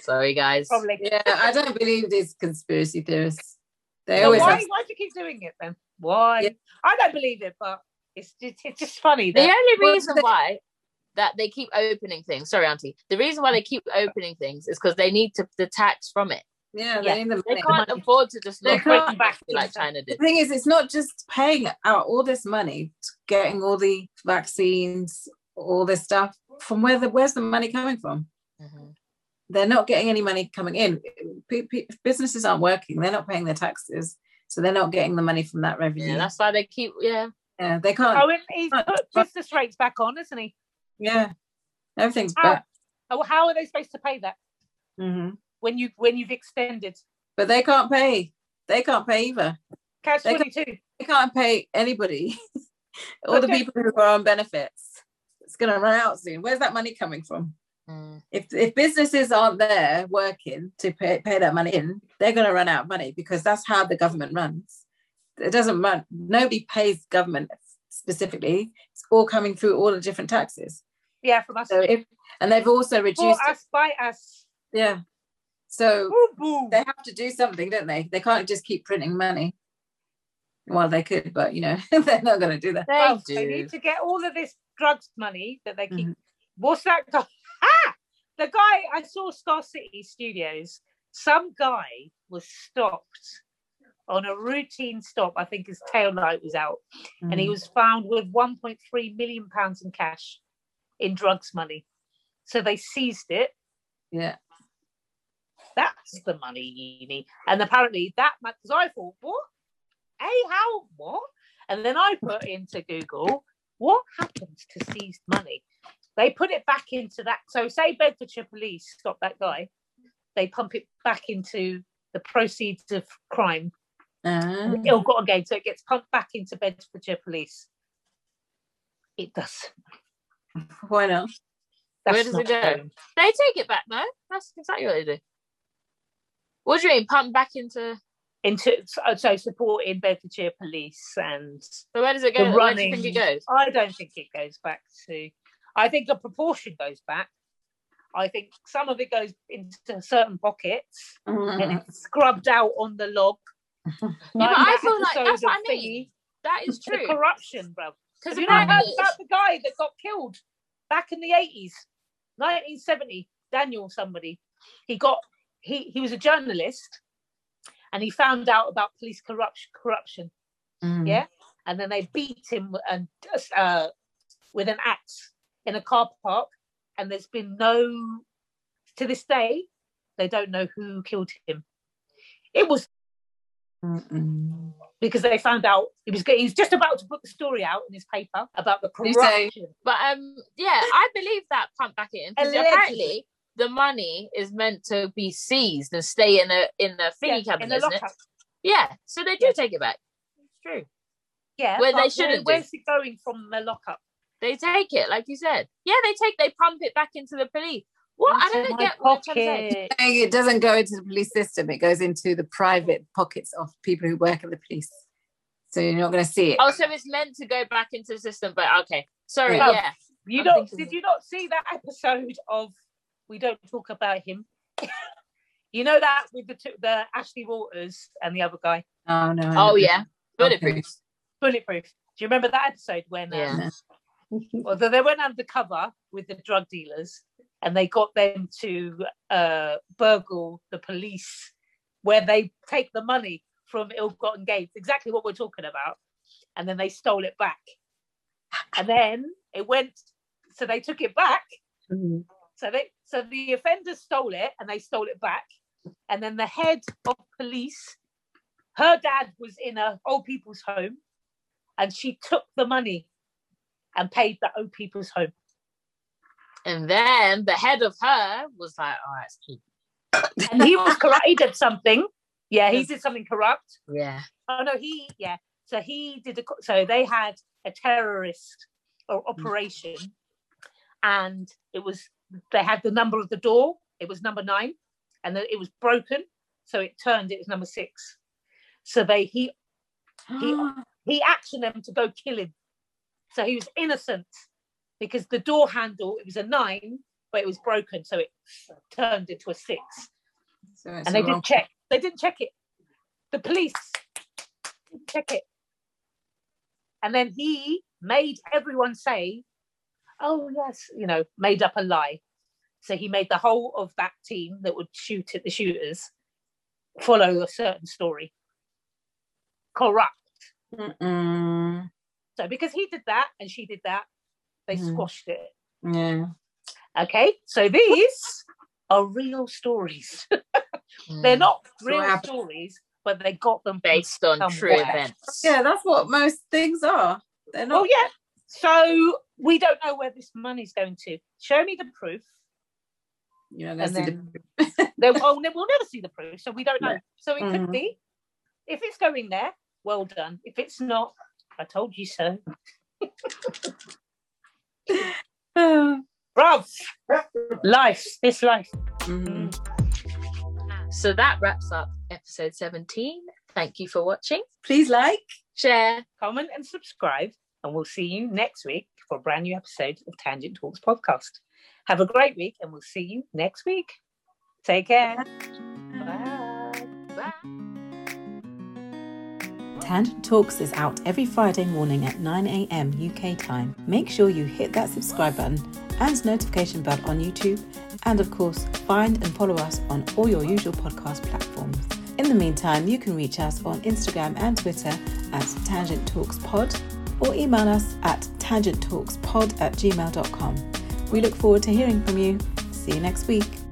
Sorry guys.
probably.
Yeah, I don't believe these conspiracy theorists. They
So
always
why,
have
why do you keep doing it then? Why?
Yeah.
I don't believe it, but it's just, it's just funny
The
that
only
Well,
reason
they-
why that they keep opening things, sorry, Auntie, the reason why they keep opening things is because they need to the tax from it.
yeah,
Yeah.
they need the
They
money.
can't
money.
afford to just
They
not
can't-
bring back like China
The
did.
thing is, it's not just paying out all this money, to getting all the vaccines, all this stuff. From where the where's the money coming from?
Mm-hmm.
They're not getting any money coming in. P- p- businesses aren't working. They're not paying their taxes, so they're not getting the money from that revenue.
Mm-hmm.
Yeah, that's why they keep. Yeah,
Yeah, they can't.
oh, and he's put business rates back on, isn't he?
yeah, everything's
How?
back.
Oh, how are they supposed to pay that Mm-hmm.
Mhm.
when you when you've extended
But they can't pay. They can't pay either.
catch
They
twenty two?
They can't pay anybody. all the
Okay.
people who are on benefits. It's going to run out soon. Where's that money coming from?
Mm.
if if businesses aren't there working to pay, pay that money in, they're going to run out of money because that's how the government runs. It doesn't run. Nobody pays government specifically. It's all coming through all the different taxes.
Yeah, from us.
So if and they've also
For
reduced.
us, by us.
Yeah. So
Boom, boom.
they have to do something, don't they? They can't just keep printing money. Well, they could, but you know they're not going to do that.
they
Oh,
do.
They need to get all of this drugs money that they keep.
Mhm.
What's that guy? Ah! The guy I saw Star City Studios. Some guy was stopped on a routine stop. I think his tail light was out, and
Mm.
he was found with 1.3 million pounds in cash in drugs money. So they seized it.
yeah.
That's the money you need. And apparently that much because I thought, what? Hey, how what? And then I put into Google What happens to seized money? They put it back into that. So, say Bedfordshire Police stop that guy, they pump it back into the proceeds of crime.
Ah.
Mm.
Ill gotten gain, so it gets pumped back into Bedfordshire Police. It does.
Ah, Why not?
Where
That's
does it
not
go?
fair.
They take it back, no? That's exactly what they do. What do you mean? Pump back into.
Into so- so supporting Bedfordshire Police and
So where does it
The
go? Where do you
running-
think it goes?
I don't think it goes back to. I think the proportion goes back. I think some of it goes into certain pockets
Mm-hmm.
and it's scrubbed out on the log.
Yeah, but I
that
feel like
episode
that's what
of
I mean.
Thingy,
That is
the
true.
corruption, bro.
Because
Have you not heard
apparently
about the guy that got killed back in the eighties, nineteen seventy? Daniel, somebody, he got he he was a journalist, and he found out about police corruption corruption,
Mm-hmm.
Yeah. and then they beat him and uh, with an axe in a car park, and there's been no to this day they don't know who killed him. It was
Mm-mm.
because they found out he was he was just about to put the story out in his paper about the
You say-
corruption.
But um, yeah, I believe that pump back in because
Allegedly.
apparently the money is meant to be seized and stay in a in a
Yeah,
thingy cabinet,
in the
isn't it?
lockup.
Yeah, so they do
Yeah.
take it back. It's true.
Yeah,
Where they
but
shouldn't do.
Where's it going from the lockup?
They take it, like you said. Yeah, they take they pump it back into the police. What I
Into
don't
my
get what I'm trying to say.
pocket.
Saying It doesn't go into the police system. It goes into the private pockets of people who work at the police. So you're not going to see it.
Oh, so it's meant to go back into the system, but okay. Sorry,
Yeah.
yeah.
You
I'm
don't,
thinking
did
of-
you not see that episode of We Don't Talk About Him? you know that with the two, the Ashley Waters and the other guy,
Oh no.
Oh yeah. Bulletproof.
Bulletproof. Do you remember that episode when uh,
Yeah.
well, they- they went undercover with the drug dealers and they got them to uh, burgle the police where they take the money from ill-gotten gains, exactly what we're talking about, and then they stole it back. And then it went, so they took it back.
Mhm.
So they, so the offenders stole it and they stole it back. And then the head of police, her dad was in a old people's home, and she took the money and paid the old people's home.
And then the head of her was like, "Oh, "All right, it's cool."
And he was corrupt. He did something. Yeah, he did something corrupt.
yeah,
Oh no, he yeah. So he did a. co- So they had a terrorist or operation, and it was they had the number of the door. It was number nine, and then it was broken. So it turned. It was number six. So they he he actioned them to go kill him. So he was innocent because the door handle it was a nine, but it was broken, so it turned into a six.
So it's
and they
the wrong-
didn't check. They didn't check it. The police didn't check it. And then he made everyone say, "Oh yes," you know, made up a lie. So he made the whole of that team that would shoot at the shooters follow a certain story. Corrupt.
Mm-mm.
So because he did that and she did that, they
Mm.
squashed it.
Yeah.
Okay, so these are real stories. They're
Mm.
not
What
real
happened?
stories, but they got them from
based on true
somewhere.
events.
Yeah, that's what most things are. They're
Oh
not.
yeah. So we don't know where this money's going to. Show me the proof.
You're not going to see
And
the.
They will oh, we'll never see the proof, so we don't know. So it could
Mhm.
be. If it's going there, well done. If it's not, I told you so. Bruv, life, this life.
Mhm.
So that wraps up episode 17. Thank you for watching.
Please like.
Share.
Comment and subscribe, and we'll see you next week for a brand new episode of Tangent Talks podcast. Have a great week, and we'll see you next week. Take care. Bye.
Bye.
Tangent Talks is out every Friday morning at 9 a.m. UK time. Make sure you hit that subscribe button and notification bell on YouTube, and of course, find and follow us on all your usual podcast platforms. In the meantime, you can reach us on Instagram and Twitter at Tangent Talks Pod or email us at tangenttalkspod at gmail.com. We look forward to hearing from you. See you next week.